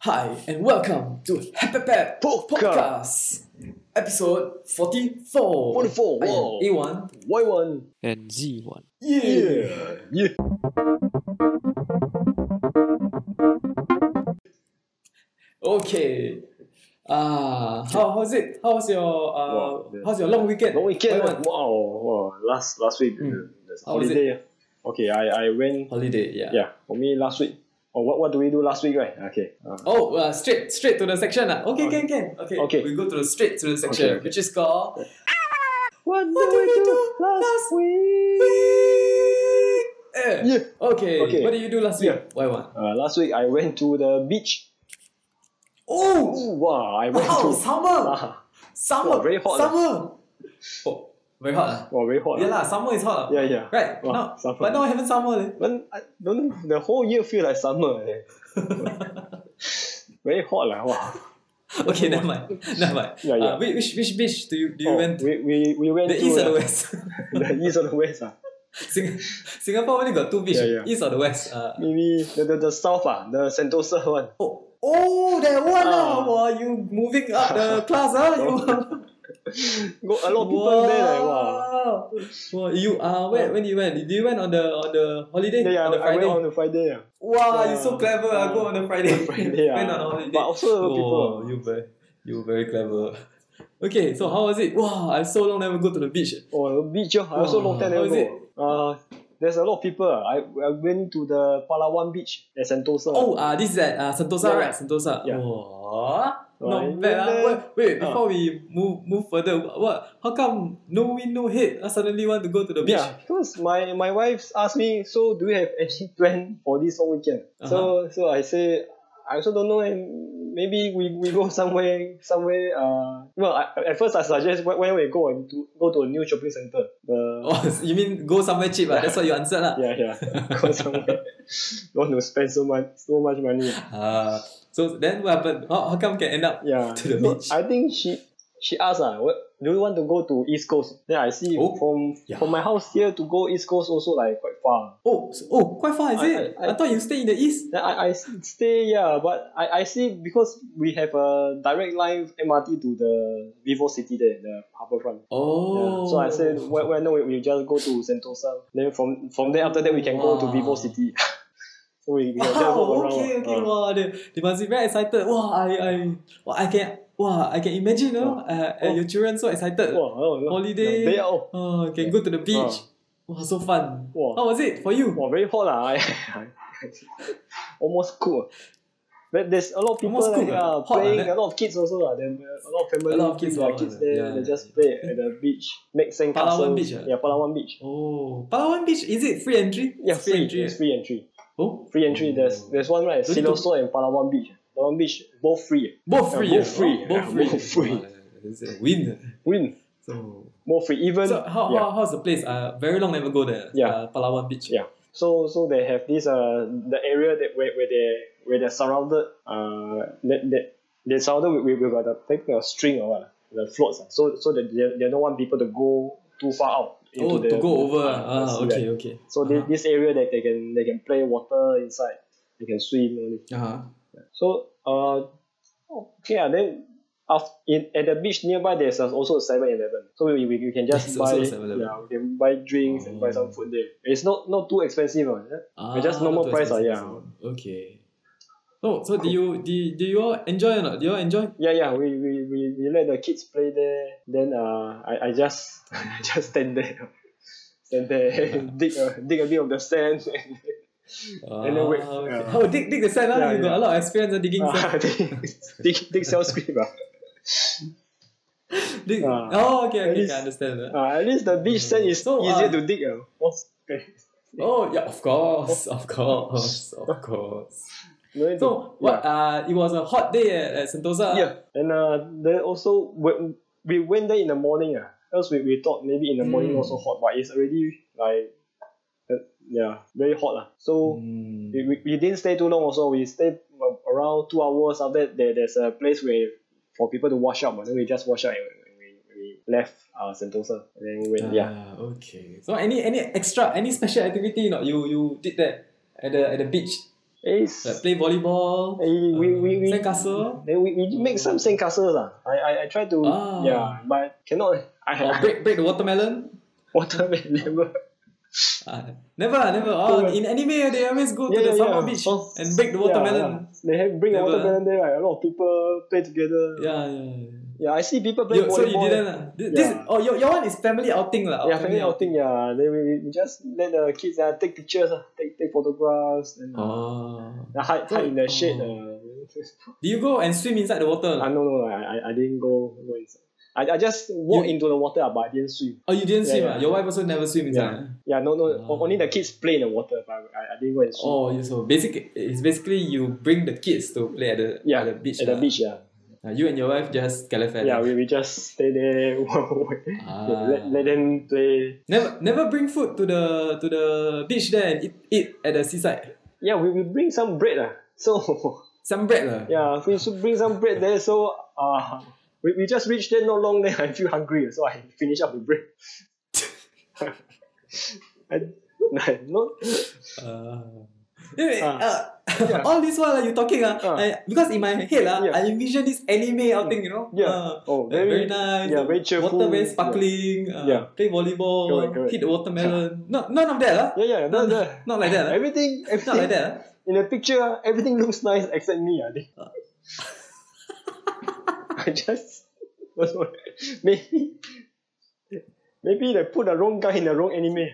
Hi, and welcome to Happy Pep Podcast, episode 44. 44, whoa. A1. Y1 and Z1。 Yeah. Yeah. Okay. Uh, how, how's it? How's your uh, Wow, the- how's your long weekend? Long weekend Y1. Wow, wow Last last week Mm. there's How was holiday ah. Okay I, I went Holiday, yeah. Yeah for me last week Oh what, what do we do last week right Okay uh, Oh, uh, straight straight to the section. Uh. Okay, can, can. Okay. Okay. we go to the straight to the section, Okay, okay. which is called What, What do we do last week Eh. Yeah Okay. Okay. what did you do last week? Why one? uh, Last week I went to the beach Oh, Ooh, Wow I went wow, to Oh, summer, Ah, summer, Wow, very hot, summer. Oh, very hot. ah. Wow very hot Yeah ah. lah, summer is hot. ah. yeah yeah Right Wow, now, summer. but now I haven't summer. leh. When I don't the whole year feel like summer eh. Very hot lah wow. Okay, never mind, never mind. Yeah, yeah. Uh, whi- which which beach do you do you Oh, went? to? we, we, we went The to uh, east or the west? the east or the west ah. Sing- Singapore only got two beach, Yeah, yeah. east or the west. Uh, Maybe the, the, the south ah, the Sentosa one. oh, oh, that one Ah. ah. Wow, you moving up the class ah. You Got a lot of people there like Wow. wow. Wow, you uh, where, when you went? Did you went on the on the holiday? Yeah, yeah on the I Friday. went on the Friday. ah. Wow, Yeah. you so clever. I go on the Friday. Friday, Went ah. on holiday. But also a lot of oh, people. you very, you very clever. Okay, so how was it? Wow, I so long never go to the beach. Oh, the beach. ah. I also Wow. long time How never is go. Uh, there's a lot of people. ah. I, I went to the Palawan beach at Sentosa. Oh, uh, this is at uh, Sentosa, Yeah. right? Sentosa. Yeah. Wow. Right. Not bad. ah. Then- Wait, wait, Ah. before we move move further, what? How come no wind, no head? I suddenly want to go to the beach. Yeah, because my, my wife asked me, so do you have any plan for this whole weekend? Uh-huh. So so I say, I also don't know, and maybe we, we go somewhere, somewhere, uh, well, I, at first I suggest when, when we go and to, go to a new shopping center. The, Oh, you mean go somewhere cheap? ah? That's what you answered, lah. yeah, yeah. Go somewhere. Don't want to spend so much, so much money. Ah, so then what happened? How, how come can end up? Yeah. To the So beach. I think she she asked, ah, what do you want to go to East Coast? Then I see Oh, from yeah. from my house here to go East Coast also like quite far. Oh, so- oh, quite far is I- it? I- I- I thought you stay in the east. Then I, I stay yeah, but I, I see because we have a direct line MRT to the Vivo City there, the harbourfront. Oh, Yeah. So I said, well, well no, we, we just go to Sentosa. Then from from there after that we can go to Wow. Vivo City. so we, we can just walk Wow, around. Oh, okay, okay, ah. wow, they, they must be very excited. Wow, I, I, wow, I can, wow, I can imagine, you know, Wow. uh, uh, Wow. your children so excited. Wow, oh, no. Holiday. The day out. Oh, can go to the beach. Oh. Wow, so fun. Wow. How was it for you? Wow, very hot lah. I, almost cool. But there's a lot of people Almost cool, like, uh, ah. Hot, ah, playing, that- a lot of kids also. lah. Then, uh, a lot of family, A lot of kids bring their all, kids ah, there, yeah, they yeah, just play at the beach, make sandcastles. Palawan beach, ah? Yeah, Palawan Beach. Oh, Palawan Beach is it free entry? Yeah, It's free, entry. It's eh? free entry. Oh, Free entry. There's there's one right, Don't need to- Siloso and Palawan Beach. Palawan Beach, both free. both Yeah, free, both eh? free, both yeah, free, both free. Wow, it's a win. Win, So, more free. Even so how, yeah. how, how's the place? Uh, very long never go there. Yeah. uh, Palawan Beach. Yeah. So so they have this uh the area that where, where they where they're surrounded uh that that they surrounded with, with, with the think a string or what the floats ah. so so that they, they don't want people to go too far out. into Oh, the- to go over. Ah, the sea, okay, right. okay. So thi- Uh-huh. this area that they can they can play water inside, they can swim. Only. Uh-huh. So uh okay ah, then. af- In, at the beach nearby, there's also a 7-Eleven. So we, we, we can just There's buy also a 7-Eleven. yeah, we can buy drinks and buy Oh. some food there. It's not not too expensive. ah. Ah, just normal not too price, ah, expensive, yeah. so- Okay. Oh, so do you do, you- do you all enjoy or not? Do you all enjoy? Yeah, yeah, we, we, we, we let the kids play there. Then uh, I, I just I just stand there, stand there, dig a, dig a bit of the sand. And then wait, Ah, okay. yeah. Oh, dig dig the sand, ah. Yeah, you got a yeah. lot of experience on digging sand. uh, dig, dig, dig cell screen. Uh. Dig- Ah. oh, okay, At okay, least- I understand. ah. Uh, at least the beach sand is So, uh, easier to dig. Uh. What's- Oh, yeah, of course, of course, of course. No need to- So, what? Uh, it was a hot day at, at Sentosa. Yeah, and uh, then also when we went there in the morning. Uh, else we, we thought maybe in the morning Mm. also hot, but it's already like uh, yeah very hot. Uh. So. Hmm. we, we, we didn't stay too long also we stayed a- around two hours after that there, there's a place where for people to wash up and then we just wash up and we, we left uh, Sentosa and then we went yeah Ah, okay. So, any any extra, any special activity? You know, you you did that at the at the beach. Ace. Like play volleyball, Eh, we, uh, we, we, sandcastle, Then we, we make some sandcastles lah. I, I, I try to Ah. yeah, but cannot. I, or I break break the watermelon. watermelon never. Ah, never, ah, never. Oh, in anime, they always go to the summer beach Oh, and break the watermelon. yeah. They have bring Never. a watermelon there. Right? A lot of people play together. Yeah, yeah. yeah. yeah. I see people play You, so you volleyball. didn't. ah. Thi- This, Yeah. oh, your, your one is family outing. lah. yeah, family outing. Yeah, then we, we- we just let the kids uh, take pictures, uh, take take photographs, and uh, Oh. then hide, hide in the shade. Uh, Do you go and swim inside the water? I no no, I I, I didn't go go inside. I, I just walked You- into the water, uh, but I didn't swim. oh, you didn't Yeah, swim. yeah. ah. Your wife also never swim inside. ah? Yeah, no no, o- Ah. only the kids play in the water, but I, I didn't go and swim. Oh, you so basic. It's basically you bring the kids to play at the yeah, at the beach. At lah. the beach, yeah. Ah, you and your wife just calefat. Yeah, we, we just stay there. yeah, Ah. let, let them play. Never never bring food to the to the beach there and eat, eat at the seaside. Yeah, we, we bring some bread. Uh. So, Some bread lah. yeah, we should bring some bread there. So, uh, we, we just reached there not long then I feel hungry. So, I finish up the bread. I, I, no, Uh, anyway, Ah. uh, Yeah. all this while ah, you talking ah, Ah. I, because in my head ah, Yeah. Mm. I envision this anime outing, you know. Yeah. Ah, oh, like, very, very, nice. yeah, very Water cheerful. very Yeah. sparkling. ah, Yeah. Play volleyball. Correct, correct. Hit the watermelon. No, none of that ah. yeah, yeah, no, no. Not like that. ah. Everything, everything Not like that. ah. in the picture, everything looks nice except me. I think. Uh. I just was wondering, maybe maybe they put the wrong guy in the wrong anime.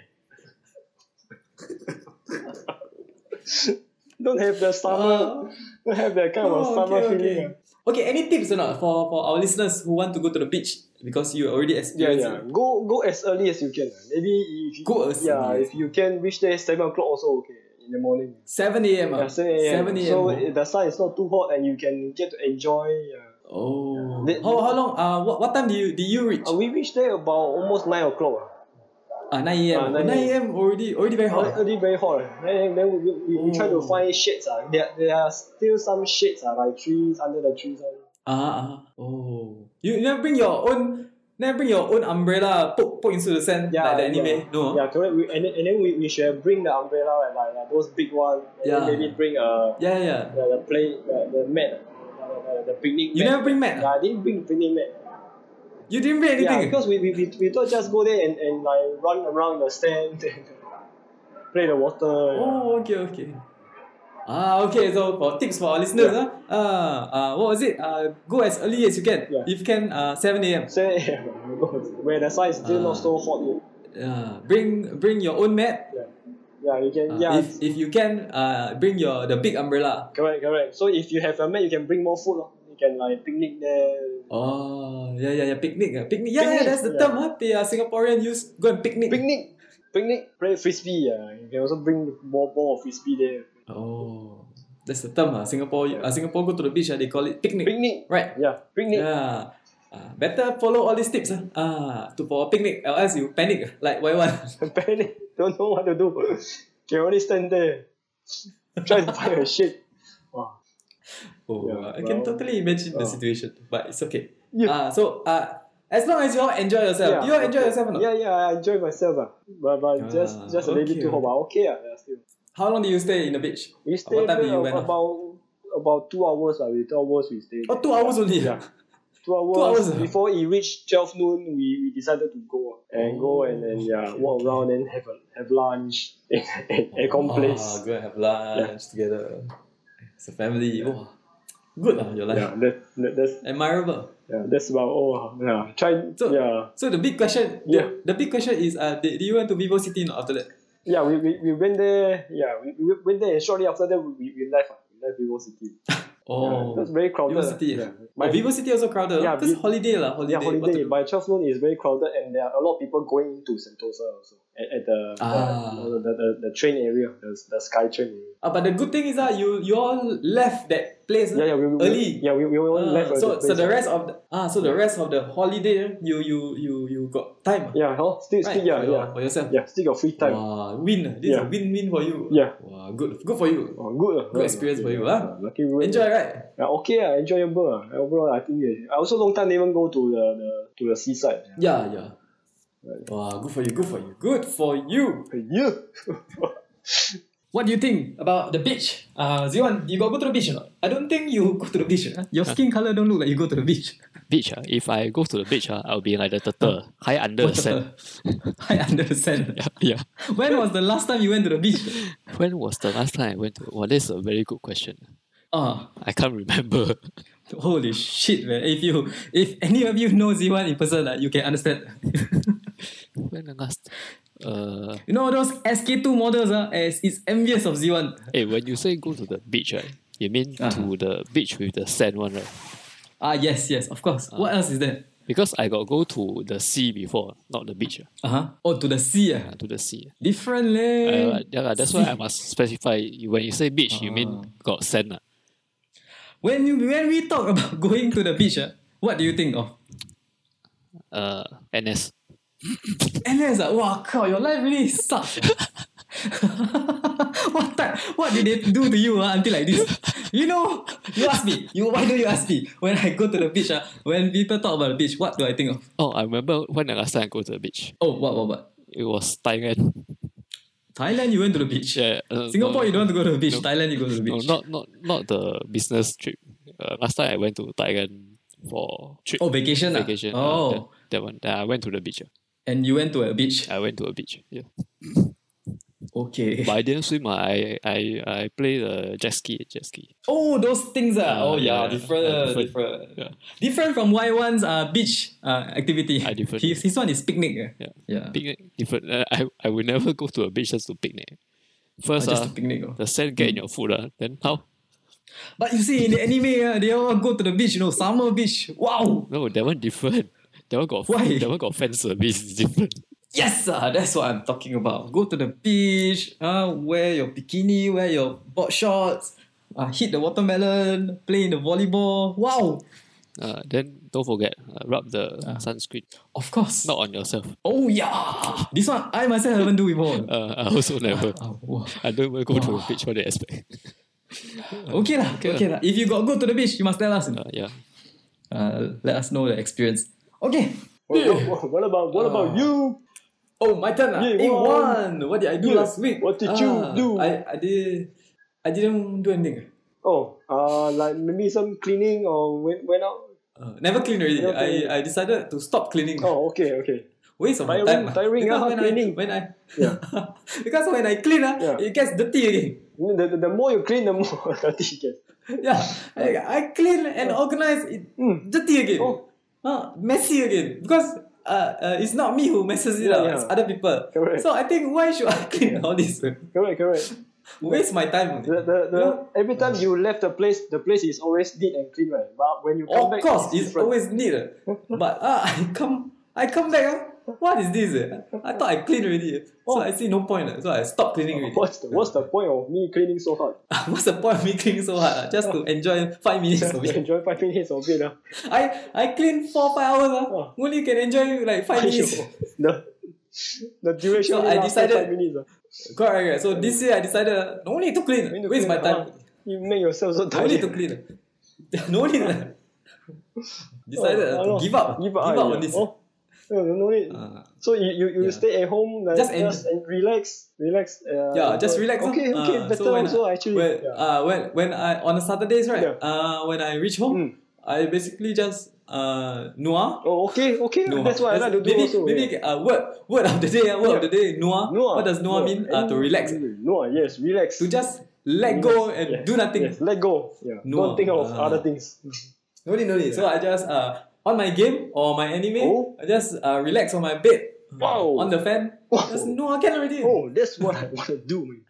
don't have the Ah. summer, don't have that kind of Oh, summer okay, feeling. ah. okay. Okay, any tips or not for, for our listeners who want to go to the beach because you already Yeah, experienced yeah. it? Go go as early as you can. ah. Maybe if you, Go as yeah, early as- if you can reach there seven o'clock also okay in the morning. 7 a.m. Yeah, ah. 7 a.m. 7 a.m. So oh. it- the sun is not too hot and you can get to enjoy. Uh, oh. They- how, how long? Uh, what, what time do you do you reach? uh, we reached there about almost 9 o'clock. Ah, 9 a.m. Ah, Oh, 9 9 a.m. already already very Uh. hot. Already very hot. uh, Then, then we, we, we try to Oh. find shades. Uh. There, there are still some shades uh, like trees, under the trees. Uh. Ah, ah. Oh. You never bring your own never bring your own umbrella poke poke into the sand Yeah, like the anime. yeah. No. Yeah, correct. We, and, then, and then we, we should bring the umbrella, right, like, like those big ones. And Yeah. then Maybe bring uh, Yeah, yeah. the, the play, the, the mat, uh, the, the, the picnic You mat. never bring mat? Yeah, I didn't bring picnic mat. You didn't bring anything. Yeah, because we, we, we, we thought just go there and, and like run around the sand and play the water. Oh, okay, okay. Ah, okay. So for tips for our listeners, Yeah. ah, uh, uh, what was it? Uh, go as early as you can. Yeah. If you can, uh, seven a.m. So, yeah, where the sun is still not so hot yet. Uh, bring bring your own mat. Yeah, yeah you can, Uh, yeah, If if you can, uh, bring your the big umbrella. correct, correct. So if you have a mat, you can bring more food. lor. You can like picnic there. Oh, yeah, yeah, yeah. Picnic, ah, picnic. Yeah, yeah. Picnic, That's the yeah. term. Huh? They are Singaporean use go and picnic. Picnic, picnic, play frisbee. Yeah, you can also bring more ball of frisbee there. Oh, that's the term. Ah, Singapore. ah, Singapore go to the beach. Ah, they call it picnic. Picnic, Right. yeah, picnic. Yeah. Ah, better follow all these tips ah. ah to for a picnic or else you panic ah, like why one Panic, don't know what to do. Can only stand there, try to find a shade. Wow. Oh, I Yeah, can well, totally imagine the uh, situation, but it's okay. Ah, Yeah. so uh, as long as you all enjoy yourself, you all enjoy okay. yourself or not? Yeah, yeah, I enjoy myself. Ah. But, but Ah, just just a little okay. too hot, but okay. Ah, yeah, still. How long do you stay in the beach? Ah, We what stayed time there you went about, off? about two hours. Ah, we two hours we stayed. Oh, two hours only. Yeah. Two hours, hours, ah. before it reached twelve noon, we, we decided to go ah, and go and then Oh, yeah okay, walk okay. around and have a, have lunch in in aircon Ah, place. go and have lunch together. It's a family. Wow. Good lah, your life. Yeah, that, that that's Admirable. yeah that's about all. ah. Yeah, try So- yeah So the big question, Yeah. the big question is, uh, did, did you went to Vivo City or not after that? yeah we, we, we went there yeah we, we went there and shortly after that we we, we left ah, we left Vivo City. Oh, Yeah, that's very crowded. Vivo City. Yeah. oh, Vivo City also crowded. Yeah, because Vi- holiday lah, holiday. yeah, what to holiday do? by 12 noon is very crowded and there are a lot of people going to Sentosa also at, at the, Ah. the, the, the the train area, the, the sky train area. Ah, but the good thing is that you you all left that place Yeah, yeah, we, we, early. yeah, we, we only Ah, left at so, the so place. the rest of the, ah, so the rest of the holiday, you you you you got time. ah, yeah, huh? still, right? still yeah, for, your- yeah, for yourself. yeah, still got free time. Wow, win. ah. This is a Yeah. win-win for you. Yeah. Wow, good good for you. Oh, good, ah. Good experience for you, ah. Lucky we went. Enjoy, right? Yeah, okay, ah, enjoyable. ah. Overall, I think yeah. I also long time never go to the, the to the seaside. Yeah, yeah. Right. Wow, good for you. Good for you. Good for you. Yeah. What do you think about the beach? Uh, Ziwan, you got go to the beach or not? I don't think you go to the beach. Huh? Your skin color don't look like you go to the beach. Beach, ah, if I go to the beach, ah, I'll be like the Oh. turtle, high under the sand. I understand. Yeah. When was the last time you went to the beach? When was the last time I went to? Well, that's a very good question. Ah, I can't remember. holy shit, man! If you, if any of you know Ziwan in person, like, you can understand. when the last? Uh, you know those SK two models, uh, as it's envious of Ziwan. hey, eh, when you say go to the beach, right? You mean Uh-huh. to the beach with the sand one, right? Ah, yes, yes, of course. Ah. What else is there? Because I got go to the sea before, not the beach. Uh ah, huh. Oh, to the sea. ah. yeah, to the sea. Different leh. Uh, yeah, lah, that's why I must specify. You- When you say beach, you Oh. mean got sand. ah. When you when we talk about going to the beach, ah, what do you think of? Uh, NS. NS, ah, wow, cow, your life really sucks. what type, What did they do to you ah, until like this? You know, you ask me. You why do you ask me when I go to the beach? ah, when people talk about the beach, what do I think of? Oh, I remember when the last time I go to the beach. Oh, what what what? It was Thailand. Thailand, you went to the beach. Yeah, uh, Singapore, no, you don't want to go to the beach. no. Thailand, you go to the No, beach. not not not the business trip. Uh, last time I went to Thailand for trip oh, vacation. ah. vacation. uh, Oh, that, that one. Then I went to the beach. ah. and you went to a beach. I went to a beach. Yeah, Okay. but I didn't swim. ah. I I I play the jet ski. Jet ski. Oh, those things are. Ah, oh yeah, yeah, different, yeah, different, different. different. from Yeah. Y1's uh, beach uh, activity. Ah, different. His, his one is picnic. eh? Yeah. Yeah. Picnic different. Uh, I I will never go to a beach just to picnic. Ah, First, just ah, a picnic. oh. the sand get in your food. ah. then how? But you see, in the anime, uh, they all go to the beach, you know, summer beach. Wow! No, that one different. That one got Why? that one got fan service. It's different. Yes, uh, that's what I'm talking about. Go to the beach, uh, wear your bikini, wear your board shorts, uh, hit the watermelon, play in the volleyball. Wow! Uh, then don't forget uh, rub the Ah. sunscreen Of course. not on yourself. Oh, yeah! This one, I myself haven't do before. Uh, I also never. Ah, wow. I don't even go Oh. to the beach. What do you expect? Okay lah, okay, lah. lah. If you got go to the beach, you must tell us. Uh, yeah. Uh, let us know the experience. Okay. What, what, what about what Ah. about you? Oh, my turn. Ah. Eh, Yeah, one. one. What did I do Yeah. last week? What did Ah, you do? I I did. I didn't do anything. Oh, uh, like maybe some cleaning or went went out. Uh, never clean already. Never clean. I, I decided to stop cleaning. Oh, okay, okay. Waste of my Tiring- time. ah. tiring, Because ah, when I, cleaning. when I Yeah. because when I clean, ah, Yeah. it gets dirty again. The, the, the more you clean, the more dirty it gets. Yeah, I, I clean and organize it Mm. dirty again. Oh. Ah, messy again. Because uh, uh, it's not me who messes it Yeah, up, yeah. it's other people. Correct. So I think why should I clean all this? Correct, correct. Waste my time. The, the, the, every time you left the place, the place is always neat and clean, right? But when you come of back, course, it's different. always neat. eh. But ah, I come I come back, ah, what is this? eh? I thought I clean already. eh. Oh. So I see no point. eh. So I stop cleaning already. What's the, what's the point of me cleaning so hard? What's the point of me cleaning so hard? ah? Just to enjoy five minutes Just of it. enjoy five minutes of it. ah. I, I clean four, five hours. ah. Oh. Only can enjoy like five minutes. the, the duration So only I lasted decided- five minminutes. ah. Correct, correct. So this year I decided uh, no need to clean. You need to Waste clean, my time. ah. You make yourself so No tired. need to clean. no need. uh, decided uh, Oh, to ah, give up. Give give up, ah, up yeah. on this. Oh, no, no, no need. Ah. So you, you, you Yeah. stay at home, like, Just just, en- and relax, relax. Uh, yeah, just relax. ah. Okay, okay, Ah, better so when also I, actually. When, yeah. uh, when when I on the Saturdays right, Yeah. uh, when I reach home, Mm. I basically just uh noah. oh, okay, okay. that's what I like to do maybe, also. Maybe uh, word word of the day, ah, word of Yeah. the day, noah. Noah, What does noah mean? Uh, to relax, Noah, yes, relax. to just let go and Yes, do nothing. Yes, let go. Yeah. Noah, Don't think of ah. other things. No need, no need. So I just uh, on my game or my anime, Oh. I just uh, relax on my bed. Wow. On the fan. Wow. Just no, I can already. Oh, that's what I want to do, man.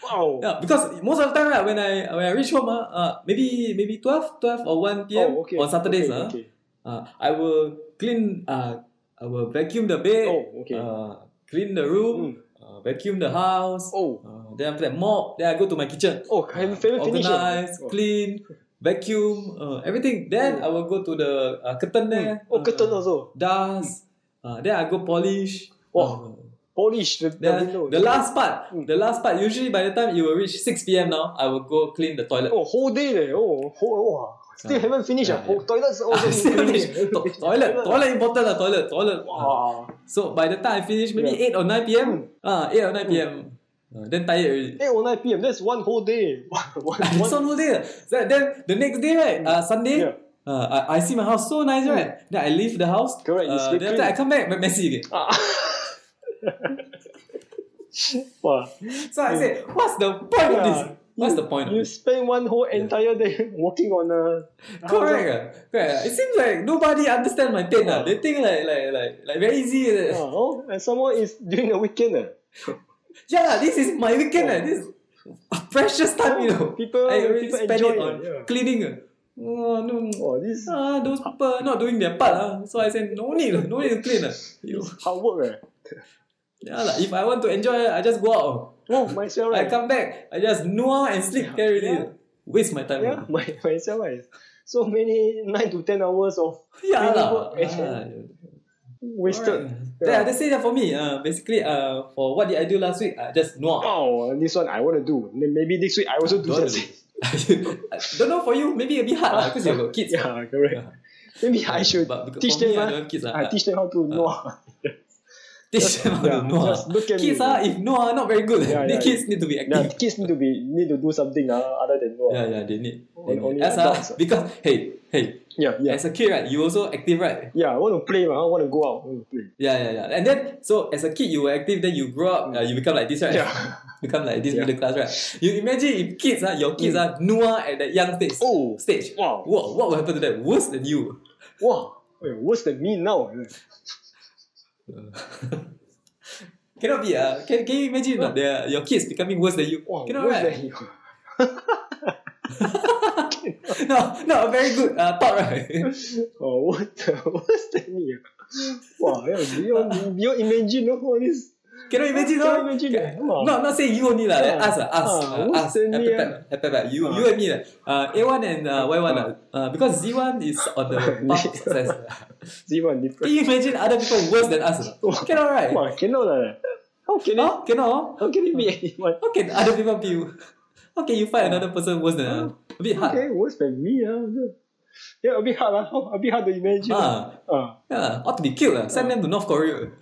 Wow. Yeah, because most of the time, right, when I when I reach home, ah, uh, maybe maybe 12, 12 or 1 p.m. Oh, okay. on Saturdays, okay, ah, okay. uh, I will clean, uh, I will vacuum the bed, Oh, okay. Hmm. uh, clean the room, uh, vacuum the house, Oh. uh, then after that mop, then I go to my kitchen. Oh, have you finished? organize, Oh. clean, vacuum, uh, everything. Then Oh. I will go to the uh, curtain there. uh, Oh, curtain also. dust. Uh, then I go polish. Wow. Uh, Polish Oh. the, the then window. the last part, Mm. the last part. Usually by the time you will reach six pm now, I will go clean the toilet. Oh, whole day leh. Oh, whole, wow. Still Ah. haven't finished. Yeah, ah. Oh, toilets Ah, also still finish. finish. To- toilet, toilet important lah, toilet, toilet. Wow. So by the time I finish, maybe Yeah. Hmm. eight or nine pm. Ah, eight or nine pm. Uh, then tired already. 8 or 9 p.m. That's one whole day. one, It's one, one whole day. Then, then the next day, right? Uh, Sunday, Hmm. yeah. Hmm. uh, I, I see my house so nice, right? Then I leave the house. Correct, you Uh, sleep then after in. I come back, me- messy again. Ah. Wah, So I say, what's the point of this? Hmm. Yeah. What's the point of you this? spend one whole entire day working on a Correct, ah. correct. ah. It seems like nobody understand my pain. ah. Yeah. They think like like like like very easy. like- Ah, oh, and someone is during the weekend. ah. Yeah, this is my Hmm. weekend. ah. This is a precious time, you know. People, I already Hmm. people spend enjoy it on ah, yeah. cleaning. ah. Oh no. Oh, this is Ah, those people are not doing their part. ah. So I said, no need, ah. no need to clean. ah. You, hard work. Eh. yeah, lah. if I want to enjoy, ah, I just go out. ah. Oh, myself, I right? come back, I just nua and sleep. Can already Yeah. ah. waste my time. ah. Yeah, already. my, myself, right? So many 9 to 10 hours of Yeah, Really lah. good. Ah, wasted. Alright. Yeah. Yeah, they say that for me. Uh, basically, uh, for what did I do last week? I just no. Oh, this one I want to do. Then Maybe this week I also do Don't that. do. I don't know for you. Maybe a bit hard because you got kids. Yeah, correct. Yeah. Maybe I should But because teach for me, I them, ah. don't have kids. I Uh, teach them how to know. teach them how yeah, to know. ah. just look at Kids me. are if no are not very good. Yeah, the yeah. kids need to be Yeah, active. kids need to be need to do something uh, other than know. Yeah, yeah, they need. They Only- need. only As a, adults, ah. because hey, hey, yeah, yeah. as a kid, right? You also active, right? Yeah, I want to play, man. I want to go out. I want to play. Yeah, yeah, yeah. And then so as a kid, you were active. Then you grow up, uh, you become like this, right? Yeah. Become like this Yeah. Mm. middle class, right? You imagine if kids, uh, your kids are noah at that young stage. Oh, Stage. wow. Whoa, what will happen to them? Worse than you. Wow. Wait, worse than me now. Cannot be. Uh, can, can you imagine uh, their- your kids becoming worse than you? Wow, Cannot, worse right? than you. No, no, very good uh, thought, right? Oh, what the, worse than me. Wow, yeah, do you, do you imagine no, all this? Cannot imagine, Cannot no? imagine. Ca- Wow. Not, not say you only, lah. like Yeah. us, uh, us, Ah, uh, worse us, than me, happy back, happy back. You, Ah. you and me, lah. uh, A1 and uh, Y1, Ah. uh, uh, because Z1 is on the path of success. Zero Can different. you imagine other people worse than us? or not? Cannot, right? Wow, cannot. lah. How can it? Huh? Cannot? How can it be anyone? How can other people be... How can you find another person worse than us? A bit hard. Okay, worse than me. ah. Yeah, a bit hard. ah. A bit hard to imagine. Ah. Ah. Yeah, ought to be killed. Uh. Send them to North Korea.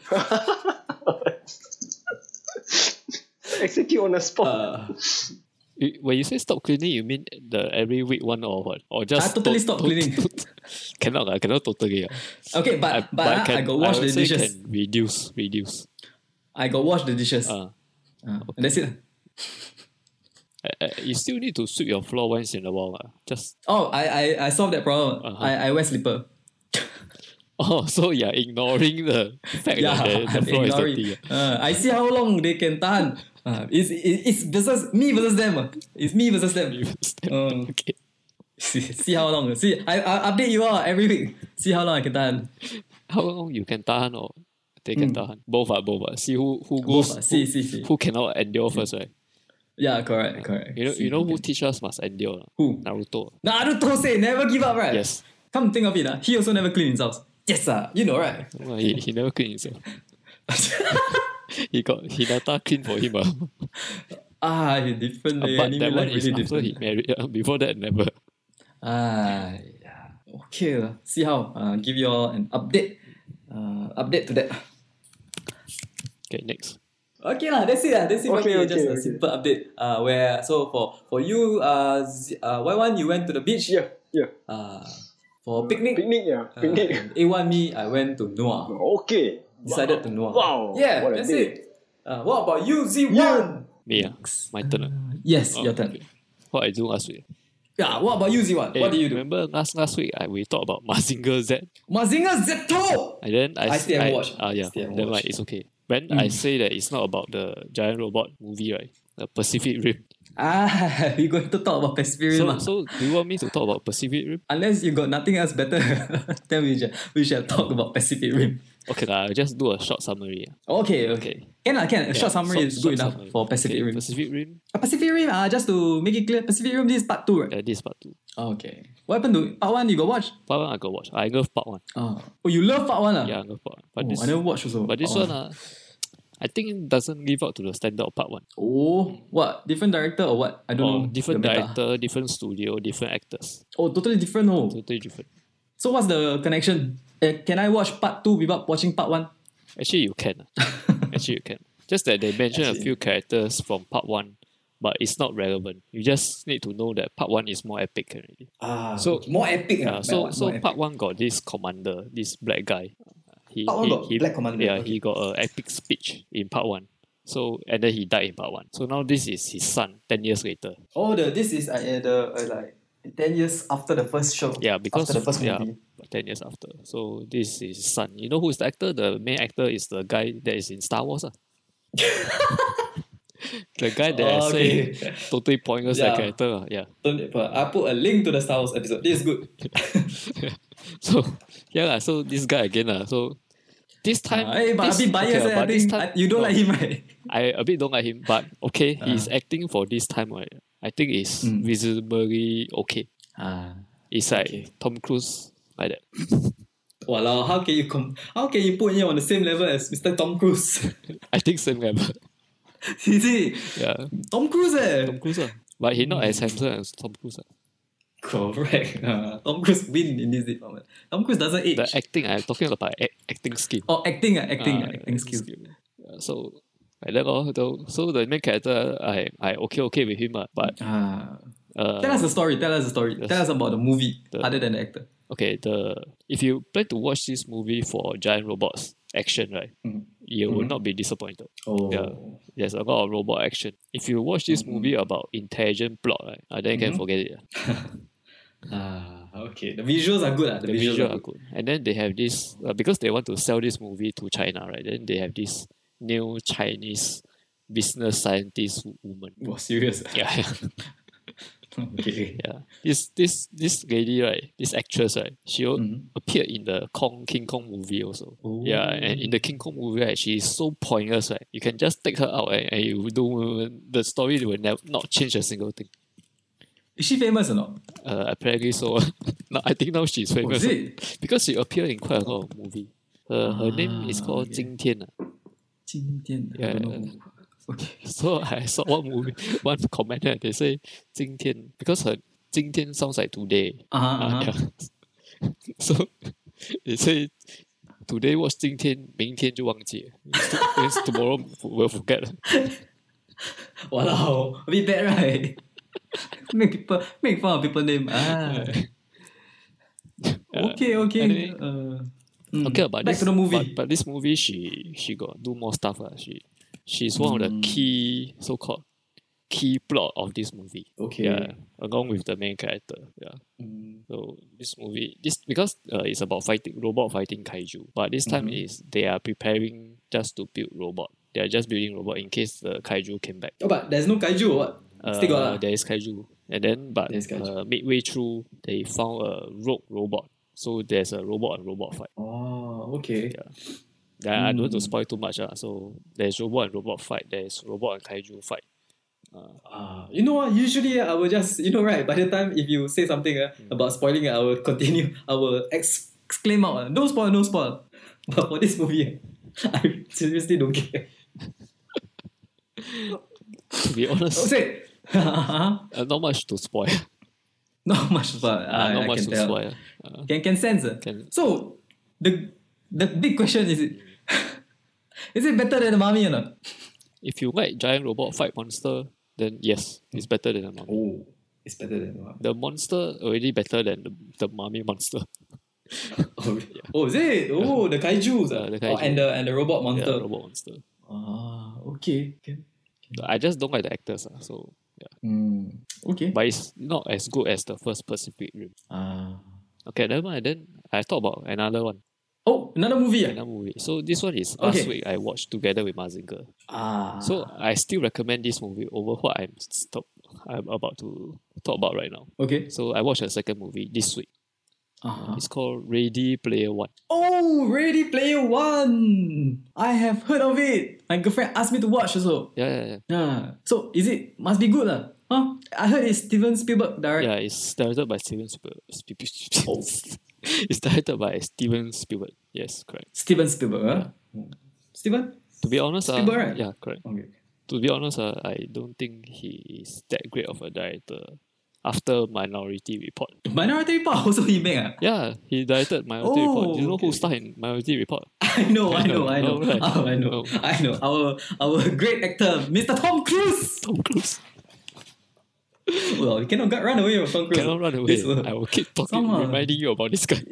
Execute on the spot. Uh, You- When you say stop cleaning, you mean the every week one or what? Or just I Ah, totally stop cleaning. cannot, I cannot totally. ah. okay, but, I, but, ah, I, can, got wash would the say dishes. Can reduce, reduce. I got wash the dishes. Uh, Ah, and That's it. you still need to sweep your floor once in a while. ah. Just Oh, I, I, I solved that problem. Uh-huh. I, I wear slipper. oh, so you're ignoring the fact Yeah, that I'm the, the floor is ignoring. dirty. Uh, I see how long they can tahan. Uh, it's, it's versus me versus them. ah. It's me versus them. ah. Um, okay. see, see how long. See, I, I update you all every week. See how long I can tahan. How long you can tahan or they can tahan? Both are both are. See who who goes. Hmm. Both, ah. See, see, see. who, who cannot endure first, right? Yeah, correct, correct. You know, See, you know who okay. teach us must endure. ah? Who? Naruto. Naruto say never give up, right? Yes. Come think of it, uh, he also never clean his house. Yes, uh, you know, right? Well, he, he never clean himself. He got Hinata clean for him. ah, ah. he different. Uh, eh, but anime that one life is really after different. he married. uh, Before that, never. Ah, yeah. Okay, lah. see how. Uh, give you all an update. Uh, update to that. Okay, next. Okay lah, that's it lah. That's it for Okay, me. okay, Just a okay. simple update. Uh, where so for for you, uh, Z, uh, Y one you went to the beach. Yeah, yeah. Uh, for picnic. Picnic, yeah. Uh, Picnic. A one me, I went to Noah. Okay. Decided to Noah. Wow. Yeah, What a that's day. it. Uh, what about you, Z Yeah. one? Me, ah. my turn. ah. Yes, Oh, your turn. okay. What I do last week? Yeah, what about you, Z one? Eh, what do you do? Remember last last week I, we talked about Mazinger Z, Mazinger Z two. and then I I s- still haven't watched. Ah, yeah. Still haven't Then watched. like it's okay. When Mm. I say that it's not about the giant robot movie, right? The Pacific Rim. Ah, we going to talk about Pacific Rim. ah. So, so do you want me to talk about Pacific Rim? Unless you got nothing else better, then we shall, we shall talk about Pacific Rim. Okay, lah. I'll just do a short summary. ah. Okay, okay. Okay. Can, lah, can. A short Yeah, summary is short good enough summary. for Pacific Okay, Rim. Pacific Rim. Uh, Pacific Rim, uh, just to make it clear, Pacific Rim, this is part two, right? Yeah, this is part two. Okay. What happened to part one? You got watch? Part one I got watch. I love part one. Oh, oh you love part one? ah? Uh. Yeah, I love part one. But Oh, this I never watch also. Oh. But this part one, uh, I think doesn't live up to the standard of part one. Oh, what? Different director or what? I don't Or know. Oh, different The meta. director, different studio, different actors. Oh, totally different. Oh. Totally different. So what's the connection? Eh, can I watch part two without watching part one? Actually, you can. ah. Actually, you can. Just that they mentioned a Actually- few characters from part one, but it's not relevant. You just need to know that part one is more epic already. Ah, So- okay. more epic. Yeah, ah, so more so epic. part one got this commander, this black guy. He, Part one got he, black commander, Yeah, okay. he got a epic speech in part one. So and then he died in part one. So now this is his son ten years later. Oh, the this is uh, uh, the uh, like ten years after the first show. Yeah, because after the first yeah, movie. ten years after. So this is his son. You know who is the actor? The main actor is the guy that is in Star Wars. ah. the guy that I Oh, say okay. totally pointless Yeah. that character. ah, Yeah. Don't need- but I put a link to the Star Wars episode. This is good. So yeah, lah, so this guy again. lah. so this time Ah, eh, but this, a bit biased. okay, eh, but I this think time- I- you don't no, like him, right? I a bit don't like him, but okay, he's acting for this time right. I think it's Uh. Mm. visibly okay. Ah. It's like Okay. Tom Cruise like that. Walao, how can you com- how can you put him on the same level as Mr. Tom Cruise? I think same level. is it yeah. Tom Cruise? Mm. Eh? Tom Cruise. ah. But he not as handsome as Tom Cruise. ah. Correct. Ah, Tom Cruise win in this department. Tom Cruise doesn't age. the acting I'm talking about act, acting skill. oh, acting, ah, acting, Ah, ah, acting skill. Yeah, so like that lor, though. So the main character I I okay okay with him ah, but Ah. Tell uh, us a story. Tell us a story. Yes. Tell us about the movie The- other than the actor. okay the if you plan to watch this movie for giant robots action right, Mhm. you will Mhm. not be disappointed. Oh. Yeah. There's a lot of robot action. If you watch Mm-hmm. this movie about intelligent plot right, ah, then you can Mhm. forget it. ah. Ah, okay. The visuals are good. ah. The, The visuals, visual are are good. good, and then they have this uh, because they want to sell this movie to China right. Then they have this new Chinese business scientist woman. Wow, serious. Yeah, yeah. okay. Yeah. This this this lady, right? This actress, right? She al- Mhm. appeared in the Kong King Kong movie also. Yeah, and in the King Kong movie, right, she is so pointless, right? You can just take her out and, and you do the story will never not change a single thing. Is she famous or not? Uh, apparently so. no, I think now she's Oh, famous is it? because she appeared in quite a lot of movie. Her, her name is Ah, called okay. Jing Tian. ah. 今天 I Yeah. don't know. Okay. So I saw one movie, one comment, ah, they say Jing Tian because her Jing Tian sounds like today. Uh huh. Ah, Uh-huh. yeah. so they say today watch 今天，明天就忘记了 Means to- means tomorrow will forget. Wow, a bit bad, right? make people make fun of people name. Ah. Yeah. okay, okay. anyway. uh, mm. Okay, but back this to the movie. But, but this movie, she she got do more stuff. lah. She she's one of the Mm. key so called key plot of this movie. okay. Yeah, along with the main character. Yeah. Mm. So this movie, this because uh, it's about fighting robot fighting kaiju, but this time Mhm. is they are preparing just to build robot. They are just building robot in case the kaiju came back. Oh, but there's no kaiju or what? Still got ah? Uh, lah. there is kaiju, and then but There is kaiju. uh, midway through they found a rogue robot. So there's a robot and robot fight. Oh, okay. Yeah. Then I don't want to Mm. spoil too much. Uh, so there's robot and robot fight. There's robot and kaiju fight. Ah, you know what? Usually I will just you know right. By the time if you say something uh, Hmm. about spoiling, I will continue. I will ex- exclaim out, uh, "No spoil, no spoil." But for this movie, uh, I seriously don't care. To be honest, say, uh, not much to spoil. not much, but Uh, I, not I much can to tell. spoil. Uh, Can can sense. uh. Can- So the the big question is it is it better than the mummy or not? if you like giant robot fight monster, then yes, it's better than a mummy. Oh, it's better than the mummy. the monster already better than the, the mummy monster. Oh, is it? Oh, the kaiju. Yeah, the Oh, kaiju. and the and the robot Yeah, monster. robot monster. Ah, okay. Can. I just don't like the actors. ah, so yeah. Mm. Okay. But it's not as good as the first Pacific Rim. Ah. Okay, never mind. Then I thought about another one. Oh, another movie. ah? Another movie. So this one is last Okay. week I watched together with Mazinger. Ah. So I still recommend this movie over what I'm stop I'm about to talk about right now. okay. So I watched a second movie this week. Ah. It's called Ready Player One. Oh, Ready Player One. I have heard of it. My girlfriend asked me to watch also. Yeah, yeah, yeah. Ah. So is it must be good lah? Huh? I heard it's Steven Spielberg direct. Yeah, it's directed by Steven Spielberg. Spielberg. Oh. it's directed by Steven Spielberg. Yes, correct. Steven Spielberg. Huh? Steven. To be honest, uh, Spielberg, right? yeah, correct. Okay. To be honest, uh, I don't think he is that great of a director. after Minority Report. Minority Report also he made. ah? Yeah, he directed Oh, Minority Report. You know okay. who starred in Minority Report? I know, I I know, know, I know, no, right. oh, I know, No. I know. Our our great actor, Mr. Tom Cruise. Tom Cruise. Well, you cannot get- run away from Tom Cruise. Cannot run away. This world. I will keep talking, Somehow. reminding you about this guy.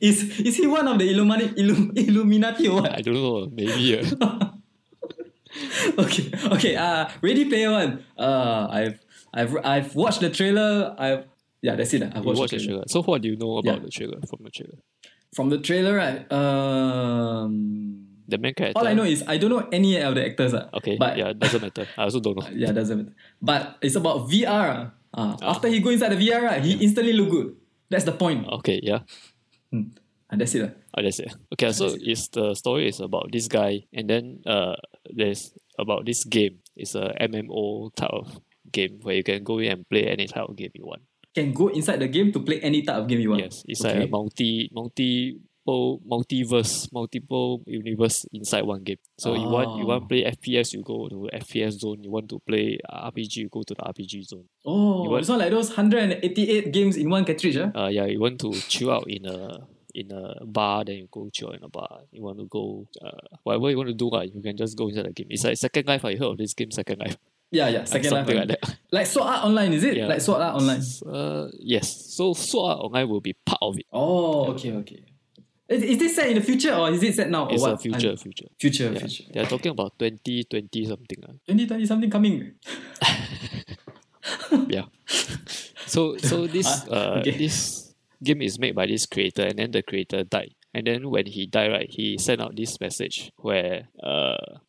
is is he one of the Illumani, Illum, Illuminati or I what? don't know, maybe. Uh, okay, okay. Uh, Ready Player One. Uh, I've I've I've watched the trailer. I've yeah, that's it. ah. I've you watched watch the trailer. So what do you know about Yeah. the trailer from the trailer? From the trailer, right? Um, The main character. all I know is I don't know any of the actors. ah. Okay, but yeah, doesn't matter. I also don't know. yeah, doesn't matter. But it's about VR. ah. Ah, After he go inside the VR, right, he instantly look good. That's the point. Okay, yeah. Hmm. And that's it. ah. Oh, that's it. Okay, so it's the story is about this guy, and then uh, there's about this game. It's a MMO type of game where you can go in and play any type of game you want. Can go inside the game to play any type of game you want. Yes, it's okay. like a multi, multiple, multiverse, multiple universe inside one game. So you want you want to play FPS, you go to FPS zone. You want to play RPG, you go to the RPG zone. Oh, You want- it's not like those 188 games in one cartridge, ah? Uh, yeah, you want to chill out in a in a bar, then you go chill out in a bar. You want to go uh, whatever you want to do, like, you can just go inside the game. It's like Second Life. I heard of this game, Second Life. Yeah, yeah, second something life. like that. Like Sword Art Online, is it? Yeah. Like Sword Art Online. Uh, yes. So Sword Art Online will be part of it. Oh, okay, okay. Is, is this set in the future or is it set now? It's or Oh, what? a future, I- future. future, Yeah. future. They are talking about twenty twenty something. Uh. 2020 something coming. yeah. So so this Ah, uh, okay. this game is made by this creator, and then the creator died, and then when he died, right, he sent out this message where uh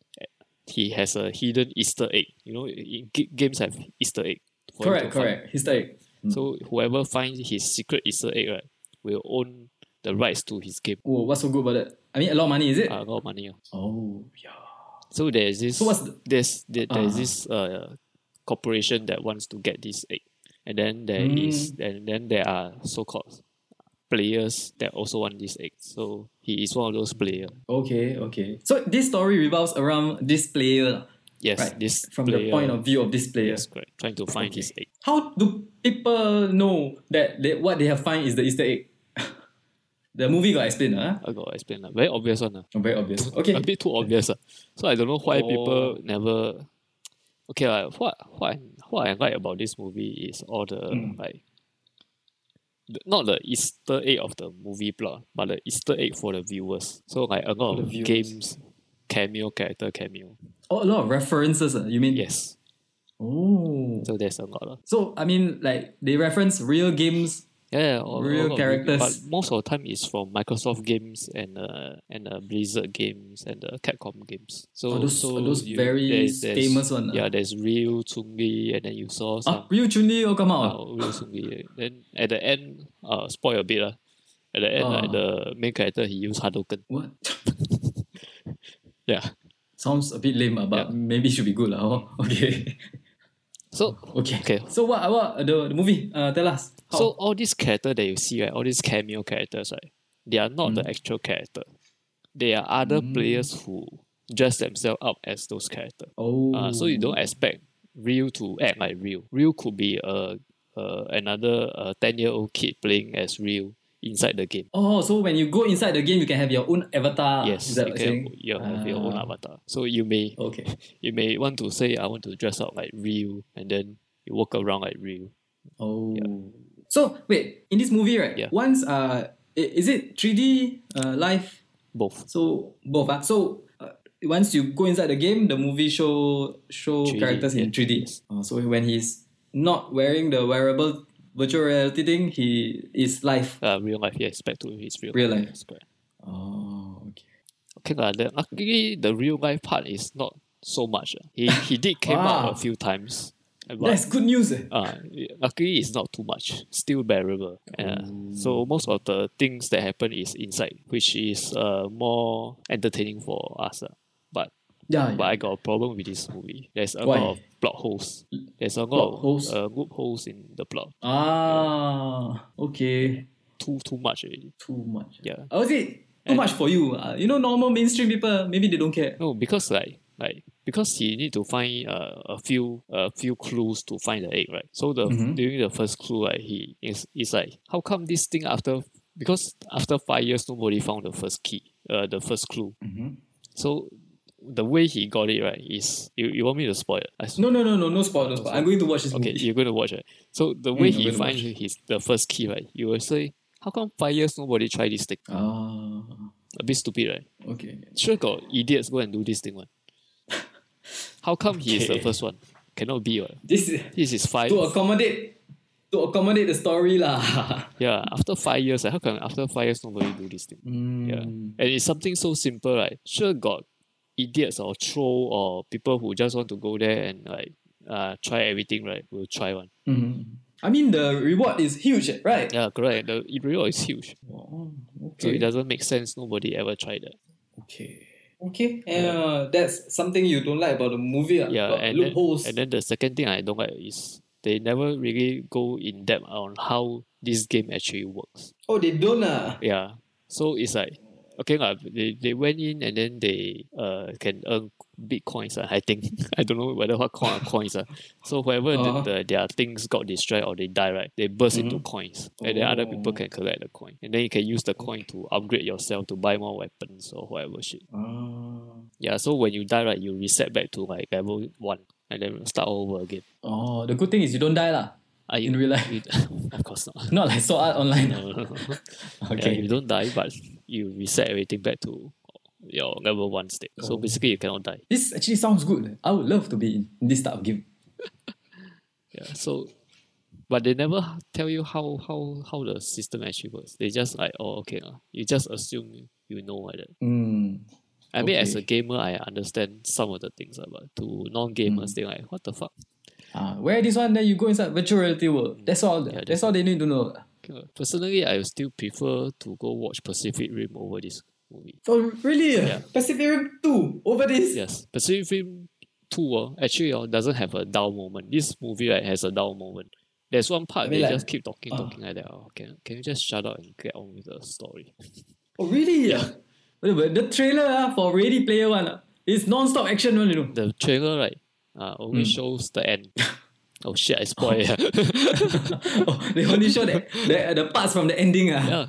he has a hidden Easter egg. You know, i- g- games have Easter egg. for you correct, to find. correct. Mm. Historic. So whoever finds his secret Easter egg, right, will own the rights to his game. Oh, what's so good about that? I mean, a lot of money, is it? Uh, a lot of money. ah. oh, yeah. So there's this. So what's the- there's there, there's Ah. this uh, corporation that wants to get this egg, and then there Hmm. is and then there are so called players that also want this egg. So he is one of those players. Okay, okay. So this story revolves around this player, lah, Yes, right? this From the player- point of view of this player. yes, correct. Trying to find this egg. How do people know that they, what they have found is the Easter egg? the movie got explained, huh? Oh, I got to explain that. Very obvious one. ah. Very obvious. Okay. A bit too obvious. ah. So I don't know why Oh. people never. Okay, like, what what I, what I like about this movie is all the Hmm. like. the- Not the Easter egg of the movie plot, but the Easter egg for the viewers. So like a lot For the of viewers. games, cameo character cameo. Oh, a lot of references, uh, you mean? Yes, Oh. so there's a lot. ah. So, I mean, like, they reference real games. Yeah, yeah, all, Real all of it, characters. But most of the time, it's from Microsoft games and uh, and uh, Blizzard games and uh, Capcom games. Oh, So those- oh, so those you- very there's- there's- famous one, ah. Yeah, there's real Chun Li, and then you saw Ah, some Ryu Chun Li all come out. uh, real Chun Li. Then at the end, uh, spoil a bit lah. At the end, like, Ah. the main character he used Hadouken. What? Yeah. Sounds a bit lame, uh, but Yeah. maybe should be good. lah. oh. Okay. So okay. okay. So, what, what the, the movie? Uh, tell us. How? So all these character that you see, right, all these cameo characters, right, they are not Mm. the actual character. They are other players who dress themselves up as those characters. oh. Uh, so you don't expect real to act like real. Real could be a, uh, another uh, ten year old kid playing as real inside the game. Oh, so when you go inside the game, you can have your own avatar. yes, Ah, Is that you what can you're saying? you have your own Ah, avatar. So you may Okay. you may want to say I want to dress up like real, and then you walk around like real. Oh. So wait, in this movie, right? Yeah. Once uh, i- is it three D uh, live? Both So both ah. So uh, once you go inside the game, the movie show show 3D, characters in yeah, three D. Ah, yes. so when he's not wearing the wearable virtual reality thing, he is live. uh, real life. Yes, back to his real, Real life. Yes, correct. Oh. Okay. Okay, lah. the, luckily the real life part is not so much. ah. He he did came Wow. out a few times. but- That's good news. eh. uh, luckily it's not too much, still bearable. Yeah. So most of the things that happen is inside, which is uh, more entertaining for us. ah. But Yeah. but I got a problem with this movie. There's a Why? lot of plot holes. There's a lot Plot of holes? Uh, loopholes in the plot. Ah. Okay. Too too much already. Too much. Yeah. I would say too And- much for you. Uh, you know, normal mainstream people maybe they don't care. No, because like like because he need to find uh, a few a few clues to find the egg, right? So the Mhm. during the first clue, right, he is is like, how come this thing after because after five years nobody found the first key, uh, the first clue. Mhm. So the way he got it right is you, you want me to spoil it? I s- No, no, no, no, no spoil, no spoil. I'm going to watch this okay, movie. you're going to watch it. So the way Mm, I'm he gonna finds his the first key, right? You will say, how come five years nobody try this thing? Ah, A bit stupid, right? okay. Sure, got idiots go and do this thing one. How come he is the Okay. first one? Cannot be what? This is This is five. to accommodate to accommodate the story lah. Yeah, after five years, like, how come after five years nobody do this thing? Yeah, Mm. and it's something so simple, right? Sure, got idiots or troll or people who just want to go there and like uh try everything, right? Will try one. Mhm. I mean, the reward is huge, right? Yeah, correct. The reward is huge, Oh, so it okay. doesn't make sense. Nobody ever tried that. okay. Okay, and uh, that's something you don't like about the movie. ah, Yeah, about and then, loopholes. and then the second thing I don't like is they never really go in depth on how this game actually works. oh, they don't ah. Yeah. So it's like okay, lah, they, they went in and then they uh can earn bitcoins, uh, I think. I don't know whether what coin are coins. Uh. So whoever the- Uh-huh. the, their things got destroyed or they die, right? They burst into Mhm. coins. And then other people Oh. can collect the coin. And then you can use the coin to upgrade yourself to buy more weapons or whatever shit. Ah. Yeah, so when you die, right, you reset back to like level one and then start over again. Oh, the good thing is you don't die lah. Are In real life, you- of course not. not like so art online. No, no, no. Okay. Yeah, you don't die, but you reset everything back to your level one state. So Oh. basically, you cannot die. This actually sounds good. I would love to be in this type of game. Yeah. So, but they never tell you how how how the system actually works. They just like, oh, okay, lah. you just assume you- you know like that. Mm. I mean, as a Okay. gamer, I understand some of the things, lah, but to non gamers, they're like, what the fuck? Ah, wear this one, then you go inside virtual reality world. That's all. Yeah, that's all they need to know. Okay, lah. Personally, I would still prefer to go watch Pacific Rim over this movie. Oh, really? Yeah. Pacific Rim 2 over this? Yes, Pacific Rim 2 uh, actually uh, doesn't have a dull moment. This movie right, has a dull moment. There's one part I mean, they like- just keep talking, Ah. talking like that. Oh, can, can you just shut up and get on with the story? Oh, really? Yeah. But the trailer ah, for Ready Player One ah, is non-stop action one, you know. The trailer right, uh, only Hmm. shows the end. oh shit, I spoiled it. oh, they only show the, the, the parts from the ending. Ah. yeah,